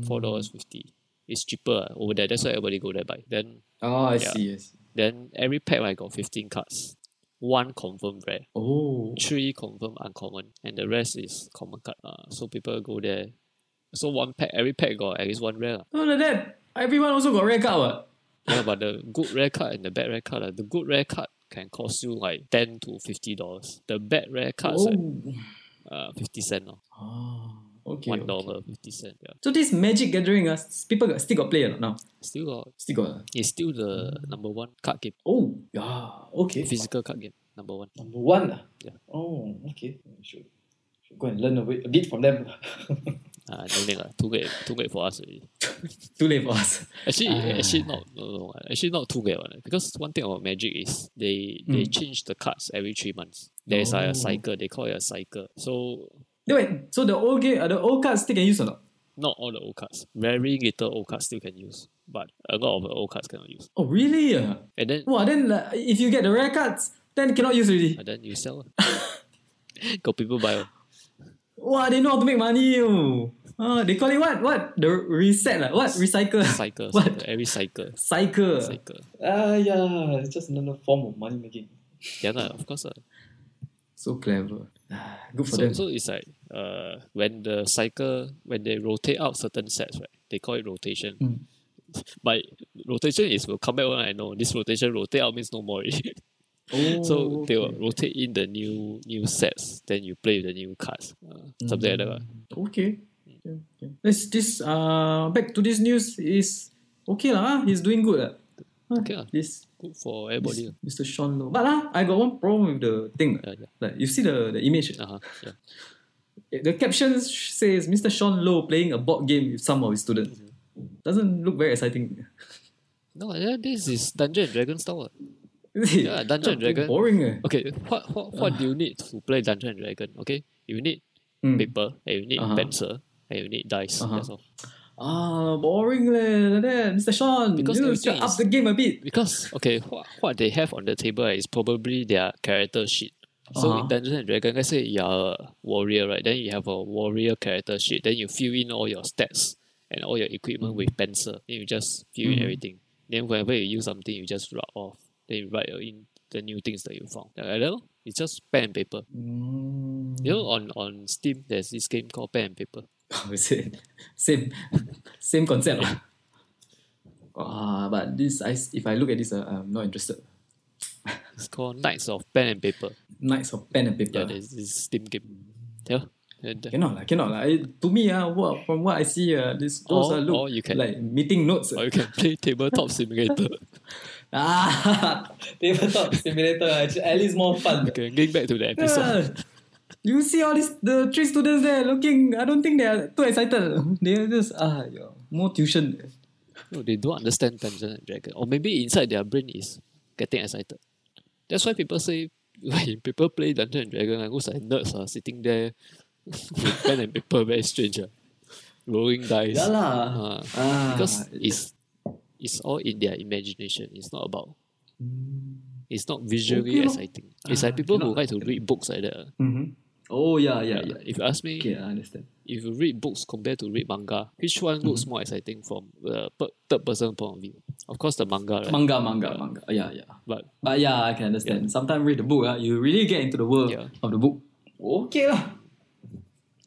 Four dollars fifty. It's cheaper ah, over there. That's why everybody go there buy. Then Oh, I Yeah. see. I see. then every pack I got fifteen cards. One confirm rare, Oh, three confirm uncommon, and the rest is common card. Uh, so people go there. So one pack, every pack got at least one rare. lah. not like that. Everyone also got rare card. What? Yeah, but the good rare card and the bad rare card, ah, the good rare card can cost you like ten to fifty dollars. The bad rare cards like Oh. uh, fifty cent. lor. Ah, okay. one okay. dollar fifty cent. Yeah, So this Magic Gathering, uh, people got, still got play or not now? still got, Still got. ah. it's still the number one card game, Oh, yeah. Okay. physical card game number one. Number one. ah? Yeah. Oh, okay. Should, should go and learn a, bit- a bit from them. Ah, no need lah. Too late, too late for us already. Too late for us. Actually, Ah. actually not, no, no, no, actually not too late one. eh. Because one thing about Magic is they they change the cards every three months. There's Hmm. like Oh. a cycle. They call it a cycle. So No, wait, so the old game, uh, the old cards still can use or not? not all the old cards. Very little old cards still can use, but a lot of the old cards cannot use. Oh, really? Uh? And then Well, then uh, if you get the rare cards, then cannot use already. and then you sell. ah. Got people buy. one. Oh, Wow, they know how to make money. Oh. Ah, they call it what? What? The reset lah. What? Recycle. Cycle. What? cycle, Every cycle. Cycle. Cycle. Ah, yeah. It's just another form of money making. Yeah, lah, of course. lah. So clever. Ah, Good for So, them. so it's like uh, when the cycle, when they rotate out certain sets, right? They call it rotation. Mm. But rotation is will come back when I know this rotation rotate out means no more. already. Oh, so they will okay. rotate in the new new sets, then you play with the new cards. Uh, something like that. lah. Hmm. Okay. Okay, okay. This this uh back to this news is okay lah. ah. He's doing good lah. Ah, Okay lah. This, Good for this everybody. Mr. Sean Low. But lah, I got one problem with the thing. lah. Yeah, Like you see the the image. Eh, yeah. Uh-huh, yeah. The caption says Mr. Sean Low playing a board game with some of his students. Doesn't look very exciting. No, yeah, this is Dungeon and Dragon style. lah. Yeah, Dungeon Dragon. Boring. Eh. Okay, what what, Ah. what do you need to play Dungeon and Dragon? Okay, you need Mm. paper, and you need Uh-huh. pencil, and you need dice. Uh-huh. That's all. Ah, boring leh, like that. Mr. Sean, Because you know, everything up is- the game a bit. Because okay, what, what they have on the table is probably their character sheet. So Uh-huh. in Dungeons and Dragons, let's say you're a warrior, right? Then you have a warrior character sheet. Then you fill in all your stats and all your Hmm. equipment with pencil. Then you just fill in Mm. everything. Then whenever you use something, you just rub off. Then you write in the new things that you found. Like that, lor. it's just pen and paper. Mm. You know, on, on Steam, there's this game called Pen and Paper. Oh, is it? Same, same concept. lah. Ah, but this, I, if I look at this, uh, I'm not interested. It's called Knights of Pen and Paper. Knights of pen and paper. Yeah, there's this Steam game. Yeah. And, cannot lah, cannot lah. It- to me, ah, what, from what I see, uh, this those Or- are look or you can- like meeting notes. or you can play Tabletop Simulator. Ah, tabletop simulator. actually, At least more fun. Okay, getting back to the episode. Yeah. You see all these the three students there looking. I don't think they are too excited. They are just ah, yo, more tuition. No, Oh, they don't understand Dungeons and Dragons. Or oh, maybe inside their brain is getting excited. That's why people say when people play Dungeons and Dragons, it looks like nerds are sitting there with pen and paper, very strange. ah. Rolling dice. Yeah lah. Ah, Ah, because it's it's all in their imagination. It's not about it's not visually Hmm. Okay lor. exciting. It's Ah, like people who cannot- like to read books like that. ah. Mhm. Oh yeah, yeah, yeah. Uh, If you ask me, Okay, I understand. if you read books compared to read manga, which one Mm-hmm. looks more exciting from the per- third person point of view? Of course, the manga, right? Manga, manga, manga. Yeah, yeah. but But yeah, I can understand. Sometimes read the book, ah, you really get into the world Yeah. of the book. Okay lah.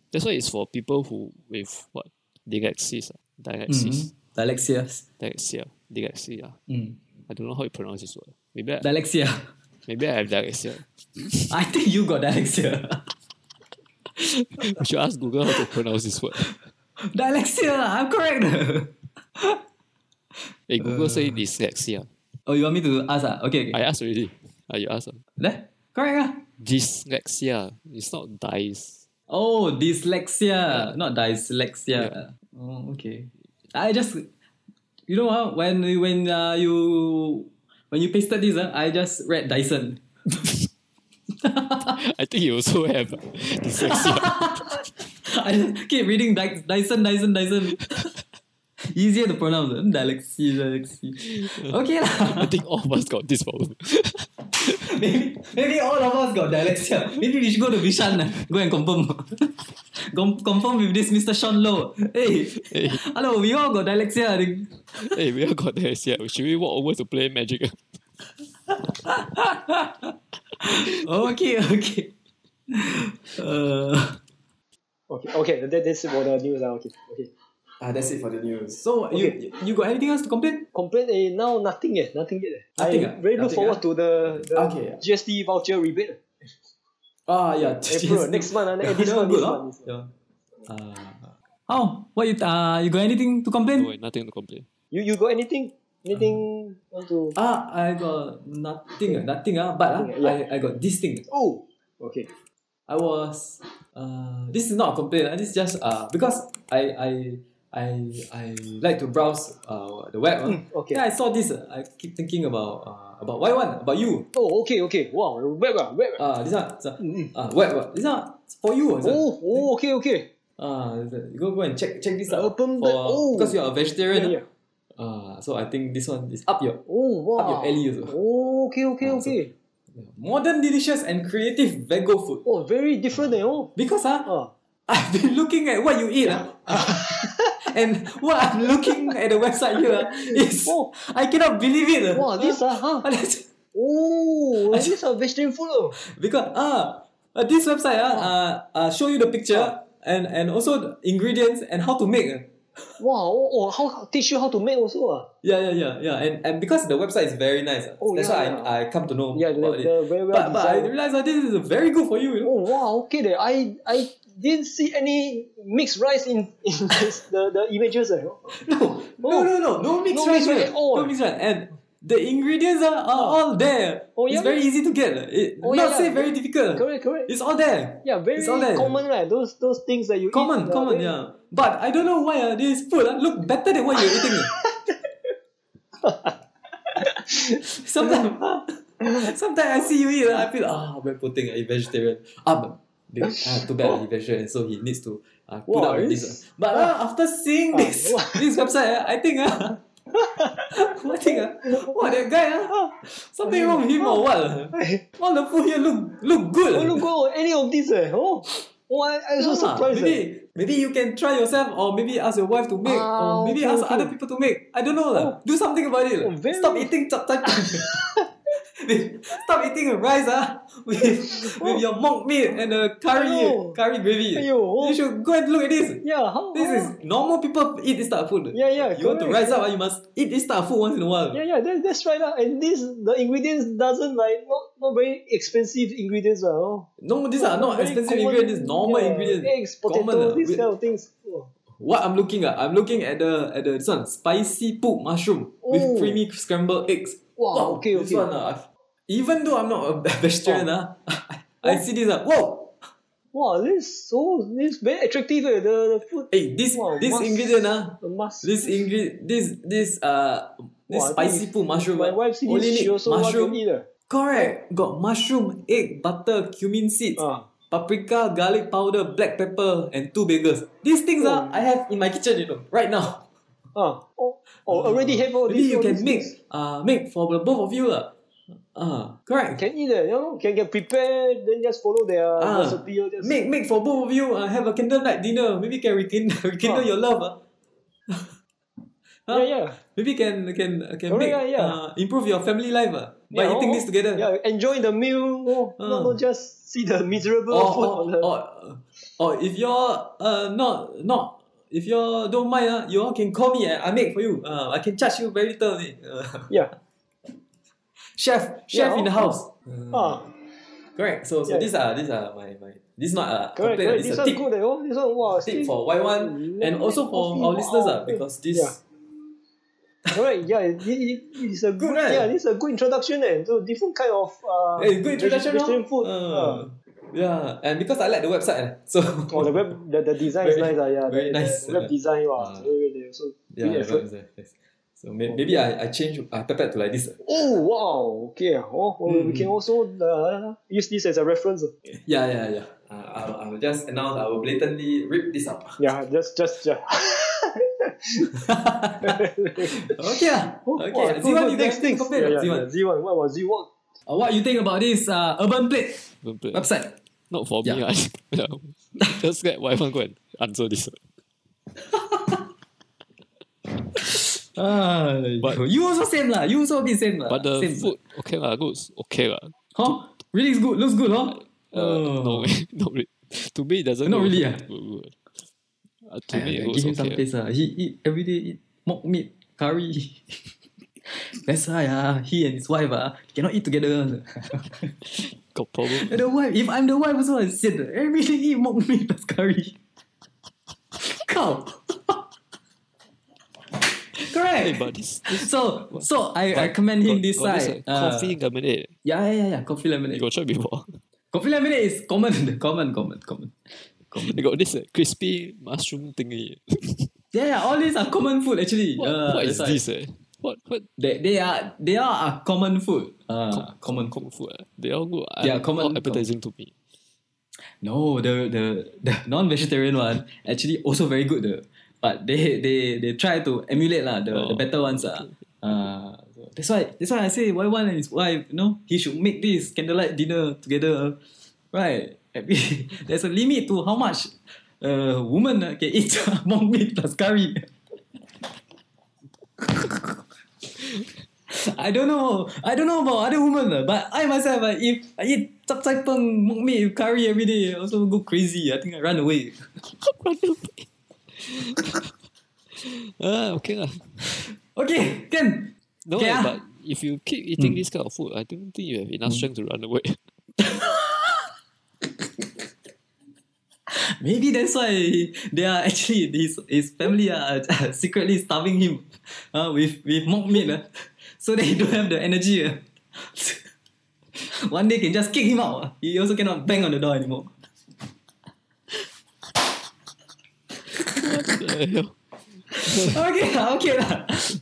that's why it's for people who with what ah, dyslexia, dyslexia, Mhm. Dylexias. dyslexia, dyslexia. Mm. I don't know how you pronounce this word. Maybe I, Dyslexia. maybe I have dyslexia. I think you got dyslexia. You should ask Google how to pronounce this word. dyslexia, I'm correct. Hey, Uh. Google say dyslexia. oh, you want me to ask? Ah? Okay, I okay. asked already. Ah, you asked. ah. There? Correct ah. Dyslexia. It's not dice. Oh, dyslexia, not dyslexia. Oh, okay. I just, you know how when when uh, you when you pasted this, uh, I just read Dyson. I think you also have ah, dyslexia. I just keep reading Dy- Dyson, Dyson, Dyson. Easier to pronounce. uh, Dyslexia, dyslexia. Okay I lah. think all of us got this problem. maybe, maybe all of us got dyslexia. Maybe we should go to Bishan. uh, Go and confirm. Con- confirm with this Mr. Sean Low. Hey, Hey. hello, we all got dyslexia. I think. hey, we all got this. Yeah, should we walk over to play magic? okay, okay. Uh, Okay, okay, that, that's it for the news. ah, Okay, okay. ah, that's it for the news. So Okay. you you got anything else to complain? Complain eh, now nothing eh, nothing yet. Eh. Nothing I ah, really look nothing forward ah. to the, the Okay, ah. GST voucher rebate. eh. Ah, yeah. April, next month, ah, next- this That one month, good, this ah. month, this Yeah. Uh, oh, what you uh, you got anything to No, complain? eh, nothing to complain. You you got anything? Anything want to? Ah, I got nothing, ah, nothing. Ah, but ah, Nothing, yeah. I, I got this thing. Oh, okay. I was uh, this is not a complaint. ah, This is just uh, because I I I I like to browse uh, the web. ah. okay. Yeah, I saw this. ah, I keep thinking about uh, about why one about you. Oh, okay, okay. Wow, web ah, web. ah. Ah, this one, this one. Mm, mm. Ah, what, what? This one for you. Is Oh, oh, okay, okay. Ah, this one. you go go and check check this out. Open for, the- oh. because you're a vegetarian. Yeah, yeah. Ah, so I think this one is up your Oh, wow. Up your alley also. Oh, okay, okay, Ah, so- okay. modern, delicious, and creative vego food. Oh, very different, eh? Oh, Because ah, ah, I've been looking at what you eat, ah, and what I'm looking at the website here ah, is Oh. I cannot believe it. ah. Wow, this ah, huh? Ah, that's- Oh, this a vegetarian food oh. because ah, uh, this website ah, uh, uh, show you the picture Ah. and and also the ingredients and how to make. ah. Wow, oh, oh, how how- teach you how to make also ah. Yeah, yeah, yeah, yeah. And and because the website is very nice, ah, Oh, that's yeah, why yeah. I, I come to know Yeah, the, about it. the very well but, but I designed. realized that this is very good for you. you know? Oh wow, okay there. I I didn't see any mixed rice in, in this, the, the images. eh. No, no, Oh. no, no, no mix No rice mix rice at at all. No mix rice. And the ingredients are, are Oh. all there. Oh, it's yeah? very easy to get. It, Oh, not yeah, say yeah. very difficult. Correct, correct. It's all there. yeah, very it's all there. common right. Those those things that you Common, eat. common, yeah. But I don't know why uh, this food uh, look better than what you're eating. sometimes, sometimes I see you eat, uh, I feel ah, very poor thing. Uh, he vegetarian. Ah, but, be- ah, too bad uh, he vegetarian, so he needs to uh, put Wow, up with this. it's- uh. But uh, after seeing Ah, this wow. this website, uh, I think uh, I think uh, what that guy uh, something wrong with him or what? uh. yeah. All the food here look look good. oh look, oh, any of these? Eh. Oh, oh I, I'm so Yeah, surprised. eh. Maybe, maybe you can try yourself, or maybe ask your wife to make, Ah, or maybe okay, ask okay. other people to make. I don't know. lah. Do something about it. lah. Oh, very- Stop eating chap chap. Stop eating rice ah, with, with your mock meat and the curry Oh. curry gravy. Aiyo, eh? oh. You should go and look at this. Yeah, how? This how- is normal people eat this type of food. Oh. Yeah, yeah. You want to correct. rise up, ah, you must eat this type of food once in a while. Yeah, yeah, that, that's right. lah. And this, the ingredients doesn't like, not, not very expensive ingredients. lah. oh. No, these are not Very expensive common, ingredients, normal yeah, ingredients. Eggs, Common, potato, ah, these with- kind of things. Oh. What I'm looking at, I'm looking at the at the this one, spicy poop mushroom with Oh. creamy scrambled eggs. Wow, Wow, okay, this okay. one, ah, I've- even though I'm not a vegetarian, ah, I see this. ah, whoa, Wow, this is so this is very attractive. Eh, the, the food, hey, this Wow, this must- ingredient, ah, the must. this ingredient, this this uh, this Wow, I think spicy if pool mushroom. ah, My wife see only this, she need also mushroom. want to eat. eh. Correct, got mushroom, egg, butter, cumin seeds, Ah, paprika, garlic powder, black pepper, and two bagels. These things, ah, Oh. I have in my kitchen, you know, right now. ah. Oh, oh, already have all Maybe these. you all can these make things. uh make for the both of you lah. Ah, correct. Can eat it, you know? Can get prepared, then just follow their Ah, recipe. Or just... Make make for both of you. Uh, have a candlelight dinner. Maybe can rekindle, rekindle Ah. your love. ah. Huh? Yeah, yeah. Maybe can can can make Correct ah, yeah. uh, improve your family life. ah, by Yeah, eating oh, this together. Yeah, enjoy the meal. Oh, Ah. Oh, not, not just see the miserable Or, food or, on the. or, or if you're uh not not if you don't mind ah, you all can call me and I make for you. Uh, I can charge you very little. only. Uh, Yeah. chef chef Yeah, in the oh, house. Uh, Ah, Correct. So so Yeah. these are these are my my this is not a correct, complaint. correct. This This is a one tip, good. eh, Oh, this one wow. tip see- Mm, for Y one and Lemon also for coffee, our wow, listeners ah okay. because this Yeah. Correct. Yeah, it, it, it's a good. Good, right? Yeah, this is a good introduction. Eh, so different kind of. Uh, eh, good introduction veg- lor. vegetarian food. Uh, Ah. yeah, and because I like the website eh, so Oh, the web, the, the design is Very- nice, ah, yeah. very the, the nice, web yeah. design, wow. Ah. very, very, so yeah good the effort. website, yes. So may- maybe I I change I pepper to like this. Oh, wow. Okay. ah. Oh, well, we Mm. can also uh, use this as a reference. ah. Yeah yeah yeah. Uh, I will, I will just announce I will blatantly rip this up. Yeah, just, just, yeah. okay ah. Oh, okay. wow, Z1 good, good. you Next got thing. anything to complain Yeah, about yeah, Z1? Z1. What was Z1? Uh, what you think about this uh, urban plate Don't play. website? Not for me. Yeah. I, yeah. Just get wife and go and answer Uh, this. Ah, But- you also same lah. You also a bit same lah. But the same. food, okay lah, looks okay lah. huh? Really is good. Looks good, huh? Uh, No, not really. To me, it doesn't. Oh. Not look really, good, ah. good, good. Uh, to me, it Give looks him some okay. taste lah. He eat every day eat mock meat curry. That's why ah, he and his wife ah cannot eat together. Got problem. the wife, if I'm the wife also, I said every day eat mock meat plus curry. Cow. Correct. Hey, but this, this so so I, I but commend him got- this got side. uh, Uh, coffee lemonade. Yeah yeah yeah yeah. Coffee You lemonade. got try before. Coffee lemonade is common common common common. Common. They got this uh, crispy mushroom thingy. Yeah, yeah, all these are common food actually. What, Uh, what is that's why. this? Eh? What what They, they are they are a common food. Uh, common food. common food? Eh? They all good. Yeah, I'm common- Not appetizing to me. No, the the, the non vegetarian one actually also very good. The, but they they they try to emulate lah the, the Oh, better ones ah. Uh, so that's why that's why I say why one and his wife you know he should make this candlelight dinner together, right? Every- There's a limit to how much. a woman uh, can eat mong meat plus curry. I don't know. I don't know about other women, uh, but I myself, uh, if I eat chap chai peng, mung meat, with curry every day, I also go crazy. I think I run away. Run away. ah, okay lah. Okay, can. No, Okay, ah. but if you keep eating Hmm. this kind of food, I don't think you have enough strength to run away. Maybe that's why they are actually his his family are uh, secretly starving him, uh, with with mock meat, uh, so that he don't have the energy. Uh. One day can just kick him out. uh. He also cannot bang on the door anymore. What the hell? okay, lah, okay, lah.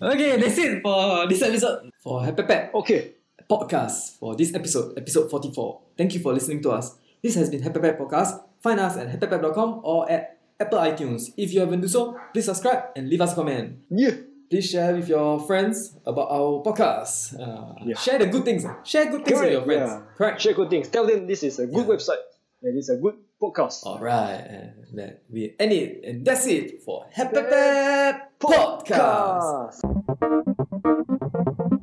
okay. That's it for this episode for Happy Pet. Okay. podcast for this episode, episode 44. Thank you for listening to us. This has been Happy Pep Podcast. Find us at happypep.com or at Apple iTunes. If you haven't do so, please subscribe and leave us a comment. Yeah. Please share with your friends about our podcast. Uh, Yeah. Share the good things. Share good things with your friends. yeah. Correct. Share good things. Tell them this is a good website. That is a good podcast. All right, and that we end it, and that's it for Happy Pep Podcast. Podcast.